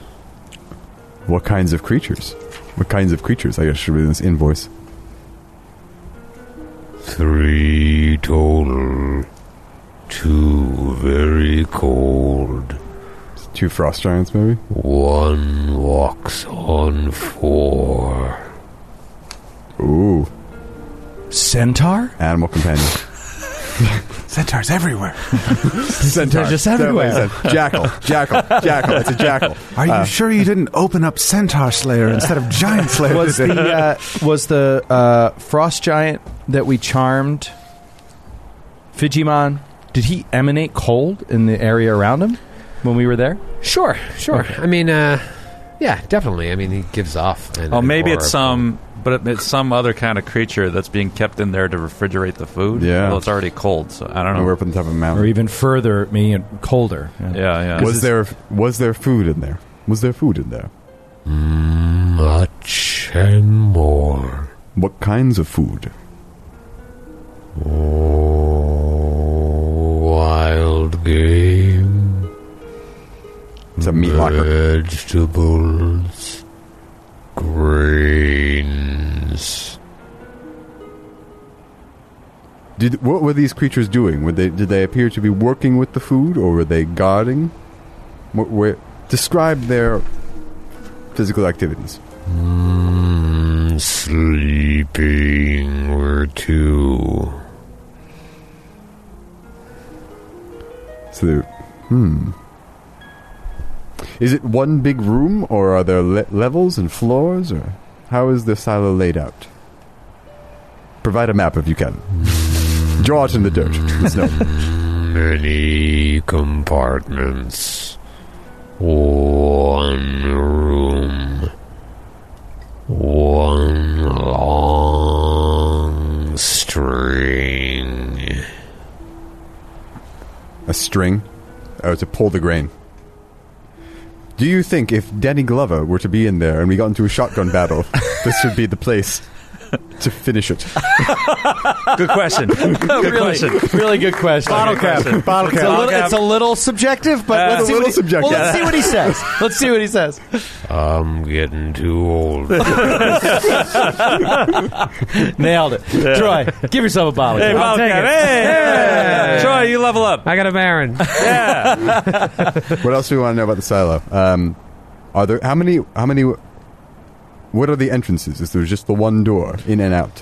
[SPEAKER 5] What kinds of creatures? What kinds of creatures? I guess should be in this invoice.
[SPEAKER 1] Three total. Two very cold.
[SPEAKER 5] Two frost giants, maybe?
[SPEAKER 1] One walks on four.
[SPEAKER 5] Ooh.
[SPEAKER 4] Centaur?
[SPEAKER 5] Animal companion.
[SPEAKER 7] [laughs] Centaurs everywhere.
[SPEAKER 5] Centaur.
[SPEAKER 7] They're just
[SPEAKER 5] That
[SPEAKER 7] everywhere.
[SPEAKER 5] makes sense. Jackal. Jackal. Jackal. It's a jackal.
[SPEAKER 7] Are you
[SPEAKER 5] Uh,
[SPEAKER 7] sure you didn't open up Centaur Slayer instead of [laughs] Giant Slayer?
[SPEAKER 4] was
[SPEAKER 7] today?
[SPEAKER 4] [laughs] the uh, was the uh, frost giant that we charmed Fijimon? Did he emanate cold in the area around him when we were there?
[SPEAKER 2] Sure, sure. I mean, uh, yeah, definitely. I mean, he gives off. An,
[SPEAKER 6] Well,
[SPEAKER 2] an
[SPEAKER 6] Oh, maybe
[SPEAKER 2] aura
[SPEAKER 6] it's
[SPEAKER 2] of-
[SPEAKER 6] some, but it's some other kind of creature that's being kept in there to refrigerate the food.
[SPEAKER 5] Yeah.
[SPEAKER 6] Well, it's already cold, so I don't know.
[SPEAKER 5] We're up on top of a mountain.
[SPEAKER 4] Or even further, maybe colder.
[SPEAKER 6] yeah,
[SPEAKER 5] [laughs]
[SPEAKER 6] yeah.
[SPEAKER 5] Was there was there food in there? Was there food in there?
[SPEAKER 1] Much and more.
[SPEAKER 5] What kinds of food?
[SPEAKER 1] Oh, Wild game.
[SPEAKER 5] It's a meat locker.
[SPEAKER 1] Vegetables. Grains.
[SPEAKER 5] Did what were these creatures doing? Were they did they appear to be working with the food, or were they guarding? What, where, describe their physical activities.
[SPEAKER 1] Mm, sleeping were two.
[SPEAKER 5] So, they're- hmm. Is it one big room, or are there le- levels and floors, or how is the silo laid out? Provide a map if you can. Draw it in the dirt. Let's know.
[SPEAKER 1] Many compartments. One room. One long string.
[SPEAKER 5] [laughs] a string or to pull the grain. Do you think if Danny Glover were to be in there and we got into a shotgun battle, this would be the place?
[SPEAKER 3] to finish it.
[SPEAKER 6] Good question. [laughs] Good
[SPEAKER 4] really,
[SPEAKER 6] question.
[SPEAKER 4] Really good question.
[SPEAKER 6] Bottle
[SPEAKER 4] Good
[SPEAKER 6] cap.
[SPEAKER 4] question.
[SPEAKER 6] Bottle
[SPEAKER 4] It's
[SPEAKER 6] cap.
[SPEAKER 4] a little,
[SPEAKER 6] Bottle
[SPEAKER 4] it's a
[SPEAKER 6] cap.
[SPEAKER 4] little subjective, but
[SPEAKER 6] Uh,
[SPEAKER 4] let's see what he,
[SPEAKER 6] a little subjective.
[SPEAKER 4] Well, let's see what he says. Let's see what he says.
[SPEAKER 2] I'm getting too old.
[SPEAKER 4] [laughs] Nailed it. Troy, give yourself a bottle.
[SPEAKER 6] Hey,
[SPEAKER 4] cap.
[SPEAKER 6] bottle cap. Hey, hey. Troy, you level up.
[SPEAKER 2] I got a Baron.
[SPEAKER 3] what else do we want to know about the silo? Um, are there how many? How many? What are the entrances? Is there just the one door in and out?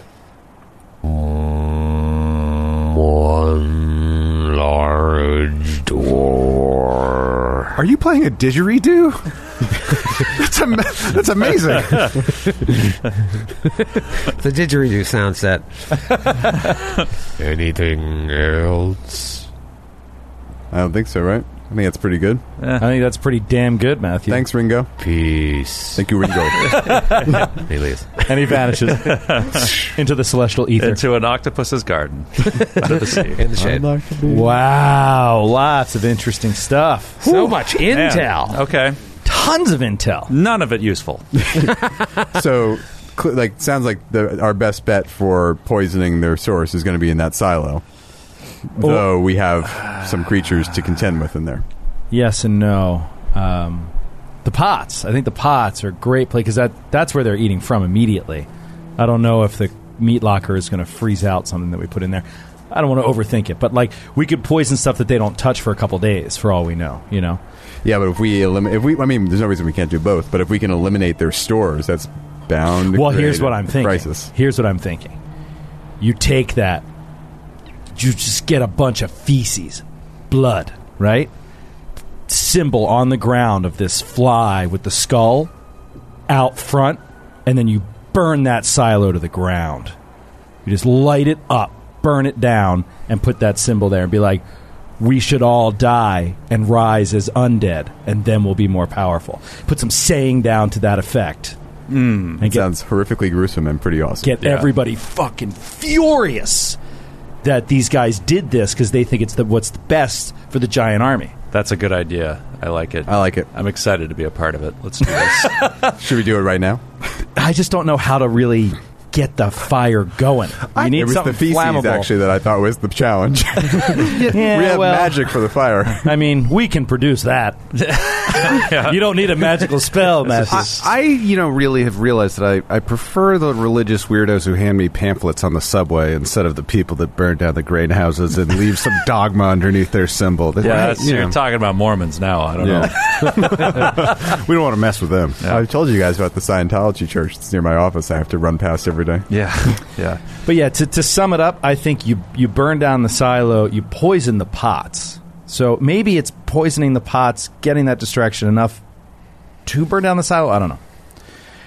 [SPEAKER 2] One large door.
[SPEAKER 7] Are you playing a didgeridoo? [laughs] that's, am- that's amazing.
[SPEAKER 2] the didgeridoo sound set. Anything else?
[SPEAKER 3] I don't think so, right? I think that's pretty good.
[SPEAKER 4] I think that's pretty damn good, Matthew.
[SPEAKER 3] Thanks, Ringo.
[SPEAKER 2] Peace.
[SPEAKER 3] Thank
[SPEAKER 4] [laughs]
[SPEAKER 3] you, Ringo.
[SPEAKER 2] He leaves.
[SPEAKER 4] And he
[SPEAKER 6] [laughs]
[SPEAKER 4] vanishes into the celestial ether.
[SPEAKER 6] Into an octopus's garden. Under the sea.
[SPEAKER 2] In the shade.
[SPEAKER 4] Wow, lots of interesting stuff.
[SPEAKER 2] So much
[SPEAKER 6] Man.
[SPEAKER 2] intel.
[SPEAKER 6] Okay.
[SPEAKER 4] Tons of intel.
[SPEAKER 6] None of it useful.
[SPEAKER 3] so, cl- like, sounds like the, our best bet for poisoning their source is going to be in that silo. Though we have some creatures to contend with in there.
[SPEAKER 4] Yes and no. Um, the pots. I think the pots are great play because that that's where they're eating from immediately. I don't know if the meat locker is going to freeze out something that we put in there. I don't want to overthink it, but like we could poison stuff that they don't touch for a couple days, for all we know. You know.
[SPEAKER 3] Yeah, but if we eliminate, if we, I mean, there's no reason we can't do both. But if we can eliminate their stores, that's bound. To
[SPEAKER 4] Well,
[SPEAKER 3] create
[SPEAKER 4] here's what
[SPEAKER 3] a
[SPEAKER 4] I'm thinking.
[SPEAKER 3] Crisis.
[SPEAKER 4] Here's what I'm thinking. You take that. You just get a bunch of feces, blood, right? Symbol on the ground of this fly with the skull out front, and then you burn that silo to the ground. You just light it up, burn it down, and put that symbol there and be like, we should all die and rise as undead, and then we'll be more powerful. Put some saying down to that effect.
[SPEAKER 3] Mm,
[SPEAKER 4] get-
[SPEAKER 3] sounds horrifically gruesome and pretty awesome.
[SPEAKER 4] Get everybody fucking furious that these guys did this because they think it's the, what's the best for the giant army.
[SPEAKER 6] That's a good idea. I like it. I
[SPEAKER 3] like it.
[SPEAKER 6] I'm excited to be a part of it. Let's do this.
[SPEAKER 3] Should we do it right now?
[SPEAKER 4] I just don't know how to really get the fire going. You need
[SPEAKER 3] it was
[SPEAKER 4] something
[SPEAKER 3] the feces
[SPEAKER 4] flammable.
[SPEAKER 3] actually that I thought was
[SPEAKER 4] [laughs]
[SPEAKER 3] the challenge.
[SPEAKER 4] Yeah,
[SPEAKER 3] we have
[SPEAKER 4] well,
[SPEAKER 3] magic for
[SPEAKER 4] [laughs]
[SPEAKER 3] the fire.
[SPEAKER 4] I mean, we can produce that. You don't need a magical spell, Matthew.
[SPEAKER 7] I, I, you know, really have realized that I, I prefer the religious weirdos who hand me pamphlets on the subway instead of the people that burn down the grain houses and leave [laughs] some dogma underneath their symbol. That-
[SPEAKER 6] Yeah, that's,
[SPEAKER 7] you
[SPEAKER 6] you're
[SPEAKER 7] know,
[SPEAKER 6] talking about Mormons now. I don't know.
[SPEAKER 7] we don't want to mess with them.
[SPEAKER 3] I told you guys about the Scientology church that's near my office. I have to run past every day.
[SPEAKER 6] Yeah, yeah.
[SPEAKER 4] But yeah, to, to sum it up, I think you you burn down the silo, you poison the pots. So maybe it's poisoning the pots, getting that distraction enough to burn down the silo. I don't know.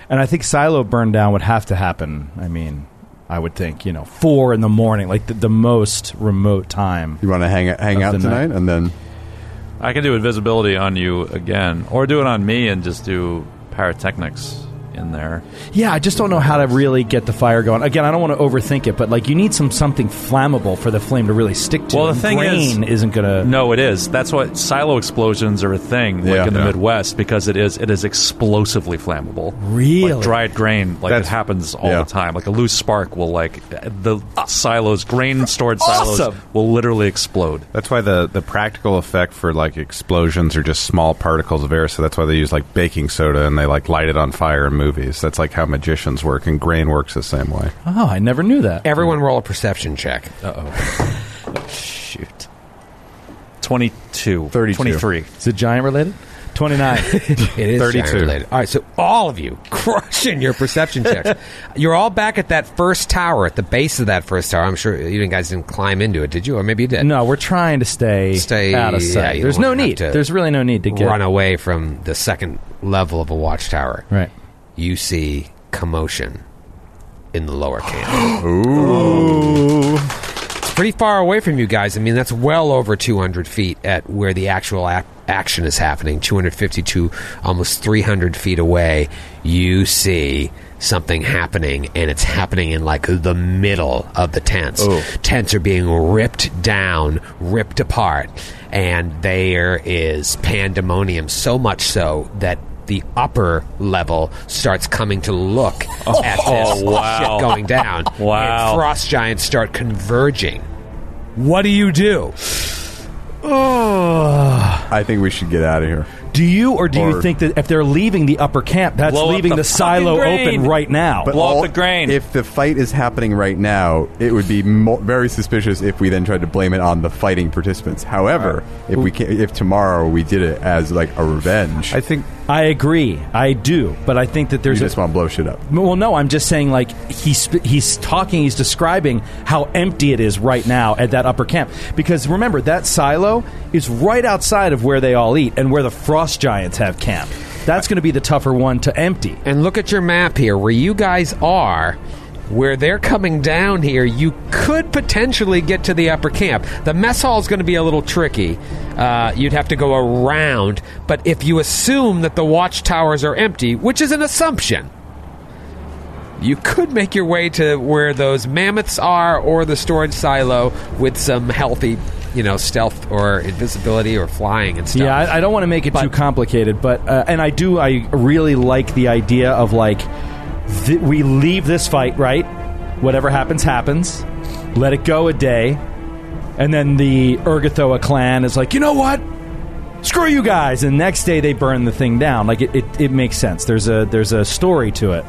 [SPEAKER 4] And I think silo burn down would have to happen. I mean, I would think you know four in the morning, like the, the most remote time.
[SPEAKER 3] You want to hang hang
[SPEAKER 4] Of
[SPEAKER 3] out
[SPEAKER 4] the night.
[SPEAKER 3] tonight, and then
[SPEAKER 6] I can do invisibility on you again, or do it on me and just do pyrotechnics in there.
[SPEAKER 4] Yeah, I just don't know how to really get the fire going. Again, I don't want to overthink it, but like you need some something flammable for the flame to really stick to.
[SPEAKER 6] Well, the
[SPEAKER 4] And
[SPEAKER 6] thing is-
[SPEAKER 4] grain isn't gonna.
[SPEAKER 6] No, it is. That's why silo explosions are a thing, like
[SPEAKER 3] Yeah.
[SPEAKER 6] in the
[SPEAKER 3] Yeah.
[SPEAKER 6] Midwest, because it is it is explosively flammable.
[SPEAKER 4] Really?
[SPEAKER 6] like dried grain, like
[SPEAKER 7] That's-
[SPEAKER 6] it happens all
[SPEAKER 3] yeah.
[SPEAKER 6] the time. Like a loose spark will, like the silos, grain stored silos,
[SPEAKER 4] Awesome.
[SPEAKER 6] will literally explode.
[SPEAKER 7] That's why the, the practical effect for like explosions are just small particles of air. So that's why they use like baking soda and they like light it on fire in movies. That's like how magicians work, and grain works the same way.
[SPEAKER 4] Oh, I never knew that.
[SPEAKER 2] Everyone roll a perception check.
[SPEAKER 6] Shoot. 22.
[SPEAKER 3] 32.
[SPEAKER 6] 23.
[SPEAKER 4] Is it giant related? Twenty nine.
[SPEAKER 2] [laughs] It is
[SPEAKER 7] 32.
[SPEAKER 2] giant related. All right, so all of you [laughs] crushing your perception checks. You're all back at that first tower, at the base of that first tower. I'm sure you guys didn't climb into it, did you? Or maybe you did.
[SPEAKER 4] No, we're trying to stay,
[SPEAKER 2] Stay-
[SPEAKER 4] out of
[SPEAKER 2] yeah,
[SPEAKER 4] sight.
[SPEAKER 2] you
[SPEAKER 4] There's
[SPEAKER 2] don't
[SPEAKER 4] no
[SPEAKER 2] wanna have
[SPEAKER 4] need.
[SPEAKER 2] to
[SPEAKER 4] There's really no need to get
[SPEAKER 2] Run away from the second level of a watchtower. [sighs]
[SPEAKER 4] Right.
[SPEAKER 2] You see commotion in the lower camp. It's pretty far away from you guys. I mean, that's well over 200 feet at where the actual ac action is happening. 250 to almost 300 feet away, you see something happening, and it's happening in like the middle of the tents. Tents are being ripped down, ripped apart, and there is pandemonium so much so that the upper level starts coming to look
[SPEAKER 6] [laughs] Oh,
[SPEAKER 2] at this
[SPEAKER 6] wow.
[SPEAKER 2] shit going down.
[SPEAKER 6] Wow.
[SPEAKER 2] And frost giants start converging. What do you do?
[SPEAKER 4] Oh.
[SPEAKER 3] I think we should get out of here.
[SPEAKER 4] Do you or do
[SPEAKER 3] Or-
[SPEAKER 4] you think that if they're leaving the upper camp, that's
[SPEAKER 6] Blow up
[SPEAKER 4] leaving
[SPEAKER 6] the
[SPEAKER 4] the, silo
[SPEAKER 6] fucking drain.
[SPEAKER 4] open right now?
[SPEAKER 3] But all- If the fight is happening right now, it would be mo- very suspicious if we then tried to blame it on the fighting participants. However, if we ca if tomorrow we did it as like a revenge, I
[SPEAKER 7] think
[SPEAKER 4] I agree. I do, but I think that there's
[SPEAKER 3] you
[SPEAKER 4] a-
[SPEAKER 3] just want to blow shit up.
[SPEAKER 4] Well, no, I'm just saying, like, he's, he's talking, he's describing how empty it is right now at that upper camp. Because remember, that silo is right outside of where they all eat and where the frost giants have camp. That's going to be the tougher one to empty.
[SPEAKER 2] And look at your map here, where you guys are, where they're coming down here, you could potentially get to the upper camp. The mess hall is going to be a little tricky. Uh, you'd have to go around, but if you assume that the watchtowers are empty, which is an assumption, you could make your way to where those mammoths are or the storage silo with some healthy, you know, stealth or invisibility or flying and stuff.
[SPEAKER 4] Yeah, I, I don't want to make it too complicated, but uh, and I do. I really like the idea of like th- we leave this fight right. Whatever happens, happens. Let it go a day, and then the Ergothoa clan is like, you know what? Screw you guys! And next day they burn the thing down. Like it, it, it makes sense. There's a there's a story to it.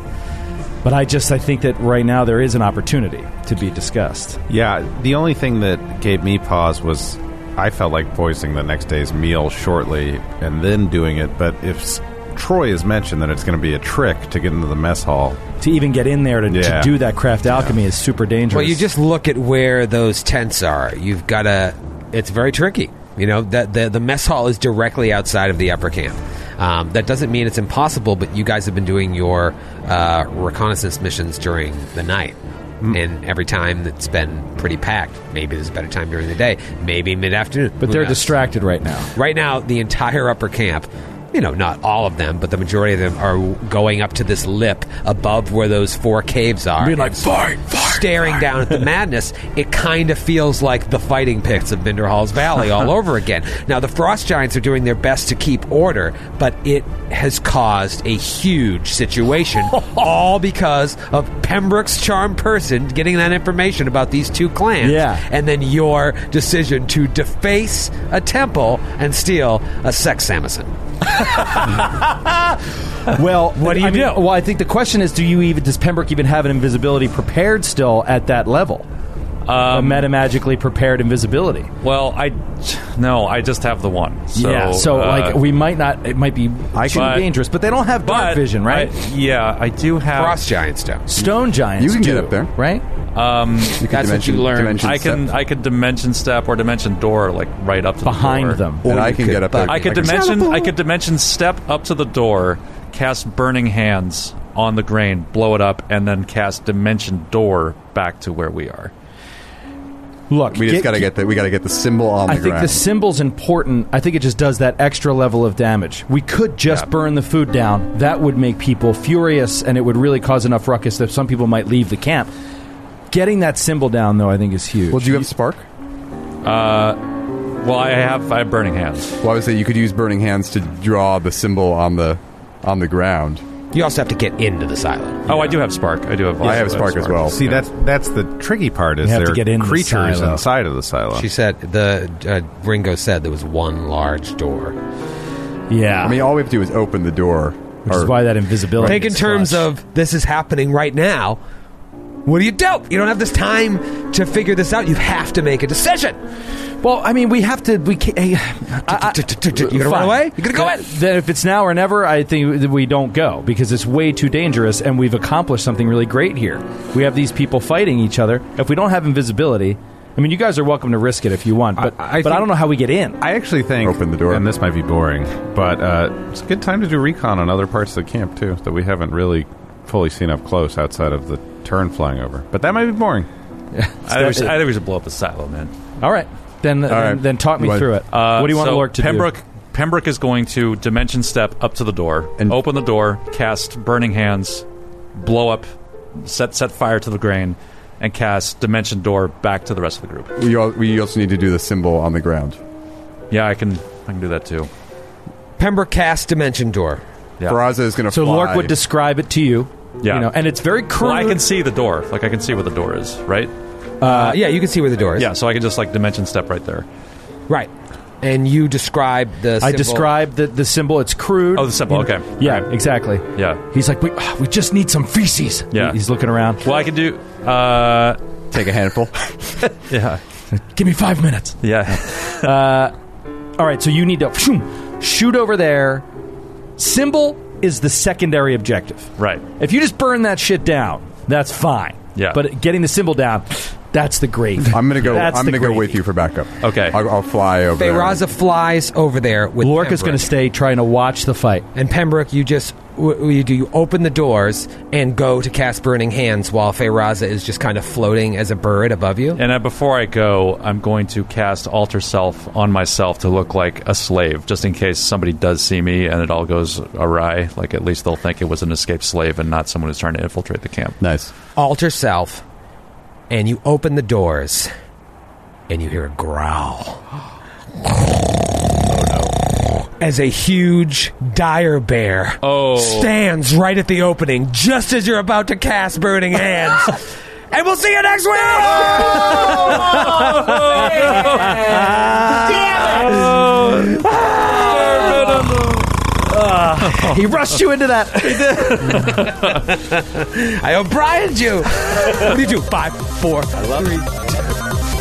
[SPEAKER 4] But I just I think that right now there is an opportunity to be discussed.
[SPEAKER 7] Yeah, the only thing that gave me pause was I felt like poisoning the next day's meal shortly and then doing it. But if s- Troy is mentioned, then it's going to be a trick to get into the mess hall.
[SPEAKER 4] To even get in there to, to
[SPEAKER 7] Yeah.
[SPEAKER 4] do that craft alchemy is super dangerous.
[SPEAKER 2] Well, you just look at where those tents are. You've got to. It's very tricky. You know that the the mess hall is directly outside of the upper camp. Um, that doesn't mean it's impossible, but you guys have been doing your uh, reconnaissance missions during the night,
[SPEAKER 4] Mm.
[SPEAKER 2] and every time it's been pretty packed. Maybe there's a better time during the day. Maybe mid afternoon.
[SPEAKER 4] but they're distracted right now.
[SPEAKER 2] Right now, the entire upper camp, you know, not all of them, but the majority of them are going up to this lip above where those four caves are.
[SPEAKER 13] Being like,
[SPEAKER 2] And
[SPEAKER 13] "Fight,
[SPEAKER 2] Staring down at the madness, it kind of feels like the fighting pits of Minderhall's Valley all over again. Now, the Frost Giants are doing their best to keep order, but it has caused a huge situation, all because of Pembroke's charm person getting that information about these two clans
[SPEAKER 4] Yeah.
[SPEAKER 2] and then your decision to deface a temple and steal a sex samson.
[SPEAKER 4] well, what
[SPEAKER 2] do you
[SPEAKER 4] I mean, Well, I think the question is, do you even does Pembroke even have an invisibility prepared still at that level? a metamagically prepared invisibility.
[SPEAKER 6] Well, I no, I just have the one. So,
[SPEAKER 4] yeah, so
[SPEAKER 6] uh,
[SPEAKER 4] like we might not. It might be
[SPEAKER 6] I
[SPEAKER 4] too
[SPEAKER 6] can-
[SPEAKER 4] dangerous, but they don't have dark
[SPEAKER 6] but
[SPEAKER 4] vision, right?
[SPEAKER 6] I- yeah, I do have
[SPEAKER 2] Frost giants do.
[SPEAKER 4] Stone giants.
[SPEAKER 6] You can get
[SPEAKER 4] do,
[SPEAKER 6] up there.
[SPEAKER 4] right?
[SPEAKER 6] Um,
[SPEAKER 4] You could That's what dimension- you learned. dimension
[SPEAKER 6] I can I could dimension step or dimension door like right up to
[SPEAKER 4] Behind
[SPEAKER 6] the door.
[SPEAKER 4] them.
[SPEAKER 3] Oh,
[SPEAKER 4] And Or I you can could get up there.
[SPEAKER 6] I
[SPEAKER 4] like
[SPEAKER 6] could
[SPEAKER 4] a-
[SPEAKER 6] dimension I could dimension step up to the door, cast burning hands on the grain, blow it up, and then cast dimension door back to where we are.
[SPEAKER 4] Look,
[SPEAKER 3] we just
[SPEAKER 4] get-
[SPEAKER 3] got to get the we got to get the symbol on
[SPEAKER 4] I
[SPEAKER 3] the
[SPEAKER 4] think
[SPEAKER 3] ground.
[SPEAKER 4] the symbol's important. I think it just does that extra level of damage. We could just burn the food down. That would make people furious, and it would really cause enough ruckus that some people might leave the camp. Getting that symbol down, though, I think is huge. Well, do
[SPEAKER 3] you have spark?
[SPEAKER 6] Uh, well, I have I have burning hands.
[SPEAKER 3] well, I would say you could use burning hands to draw the symbol on the on the ground.
[SPEAKER 2] You also have to get into the silo.
[SPEAKER 6] Oh, I do have spark. I do have.
[SPEAKER 3] I have spark as well.
[SPEAKER 7] See, that's that's the tricky part is there are creatures inside of the silo.
[SPEAKER 2] She said the uh, Ringo said there was one large door.
[SPEAKER 4] Yeah,
[SPEAKER 3] I mean, all we have to do is open the door. Which
[SPEAKER 4] is why that invisibility.
[SPEAKER 2] Think in terms of this is happening right now. What do you do? You don't have this time to figure this out. You have to make a decision.
[SPEAKER 4] Well, I mean, we have to. We can't. You
[SPEAKER 2] gonna run away? You gonna go in?
[SPEAKER 4] Then Uh, if it's now or never, I think that we don't go because it's way too dangerous, and we've accomplished something really great here. We have these people fighting each other. If we don't have invisibility, I mean, you guys are welcome to risk it if you want, but but I
[SPEAKER 7] think-
[SPEAKER 4] don't know how we get in.
[SPEAKER 7] I actually think open the door, and this might be boring, but uh, it's a good time to do recon on other parts of the camp too that we haven't really fully seen up close outside of the turn flying over. But that might be boring.
[SPEAKER 6] I think, we should, I think we should blow up the silo, man.
[SPEAKER 4] All right, then then,
[SPEAKER 6] right.
[SPEAKER 4] then talk me through it.
[SPEAKER 6] Uh,
[SPEAKER 4] what do you want
[SPEAKER 6] so
[SPEAKER 4] to work to
[SPEAKER 6] Pembroke,
[SPEAKER 4] do?
[SPEAKER 6] Pembroke is going to dimension step up to the door, and open the door, cast burning hands, blow up, set set fire to the grain, and cast dimension door back to the rest of the group.
[SPEAKER 3] We, al- we also need to do the symbol on the ground.
[SPEAKER 6] Yeah, I can I can do that too.
[SPEAKER 2] Pembroke cast dimension door.
[SPEAKER 6] Yeah.
[SPEAKER 3] Peraza is going to
[SPEAKER 4] So
[SPEAKER 3] fly.
[SPEAKER 4] Lork would describe it to you.
[SPEAKER 6] Yeah.
[SPEAKER 4] You know, and it's very crude.
[SPEAKER 6] Well, I can see the door. Like I can see where the door is, right?
[SPEAKER 2] Uh, yeah, you can see where the door is.
[SPEAKER 6] Yeah, so I can just like dimension step right there.
[SPEAKER 2] Right. And you describe the.
[SPEAKER 4] I
[SPEAKER 2] symbol.
[SPEAKER 4] describe the, the symbol. It's crude.
[SPEAKER 6] Oh, the symbol.
[SPEAKER 4] You know?
[SPEAKER 6] Okay.
[SPEAKER 4] Yeah, exactly.
[SPEAKER 6] Yeah.
[SPEAKER 4] He's like, we, ah, we just need some feces.
[SPEAKER 6] Yeah.
[SPEAKER 4] He's looking around.
[SPEAKER 6] Well, I can do. Uh,
[SPEAKER 3] Take a handful.
[SPEAKER 6] [laughs] yeah.
[SPEAKER 4] Give me five minutes. [laughs]
[SPEAKER 6] Yeah.
[SPEAKER 4] uh, all right, so you need to shoom, shoot over there. Symbol is the secondary objective.
[SPEAKER 6] Right.
[SPEAKER 4] If you just burn that shit down, that's fine.
[SPEAKER 6] Yeah.
[SPEAKER 4] But getting the symbol down, that's the great.
[SPEAKER 3] I'm going to go.
[SPEAKER 4] That's
[SPEAKER 3] I'm
[SPEAKER 4] the
[SPEAKER 3] going to go
[SPEAKER 4] gravy.
[SPEAKER 3] with you for backup.
[SPEAKER 6] Okay.
[SPEAKER 3] I'll, I'll fly over. there.
[SPEAKER 2] Feyraza flies over there with.
[SPEAKER 4] Lork
[SPEAKER 2] Pembroke.
[SPEAKER 4] is going to stay trying to watch the fight.
[SPEAKER 2] And Pembroke, you just what what you do you open the doors and go to cast burning hands while Feyraza is just kind of floating as a bird above you.
[SPEAKER 6] And uh, before I go, I'm going to cast alter self on myself to look like a slave, just in case somebody does see me and it all goes awry. Like at least they'll think it was an escaped slave and not someone who's trying to infiltrate the camp.
[SPEAKER 3] Nice.
[SPEAKER 2] Alter self, and you open the doors, and you hear a growl. [gasps] Oh, As a huge dire bear
[SPEAKER 6] Oh.
[SPEAKER 2] stands right at the opening, just as you're about to cast burning hands. and we'll see you next week. [laughs]
[SPEAKER 4] he rushed you into that.
[SPEAKER 2] I O'Briened you. what do you do? Five, four, three,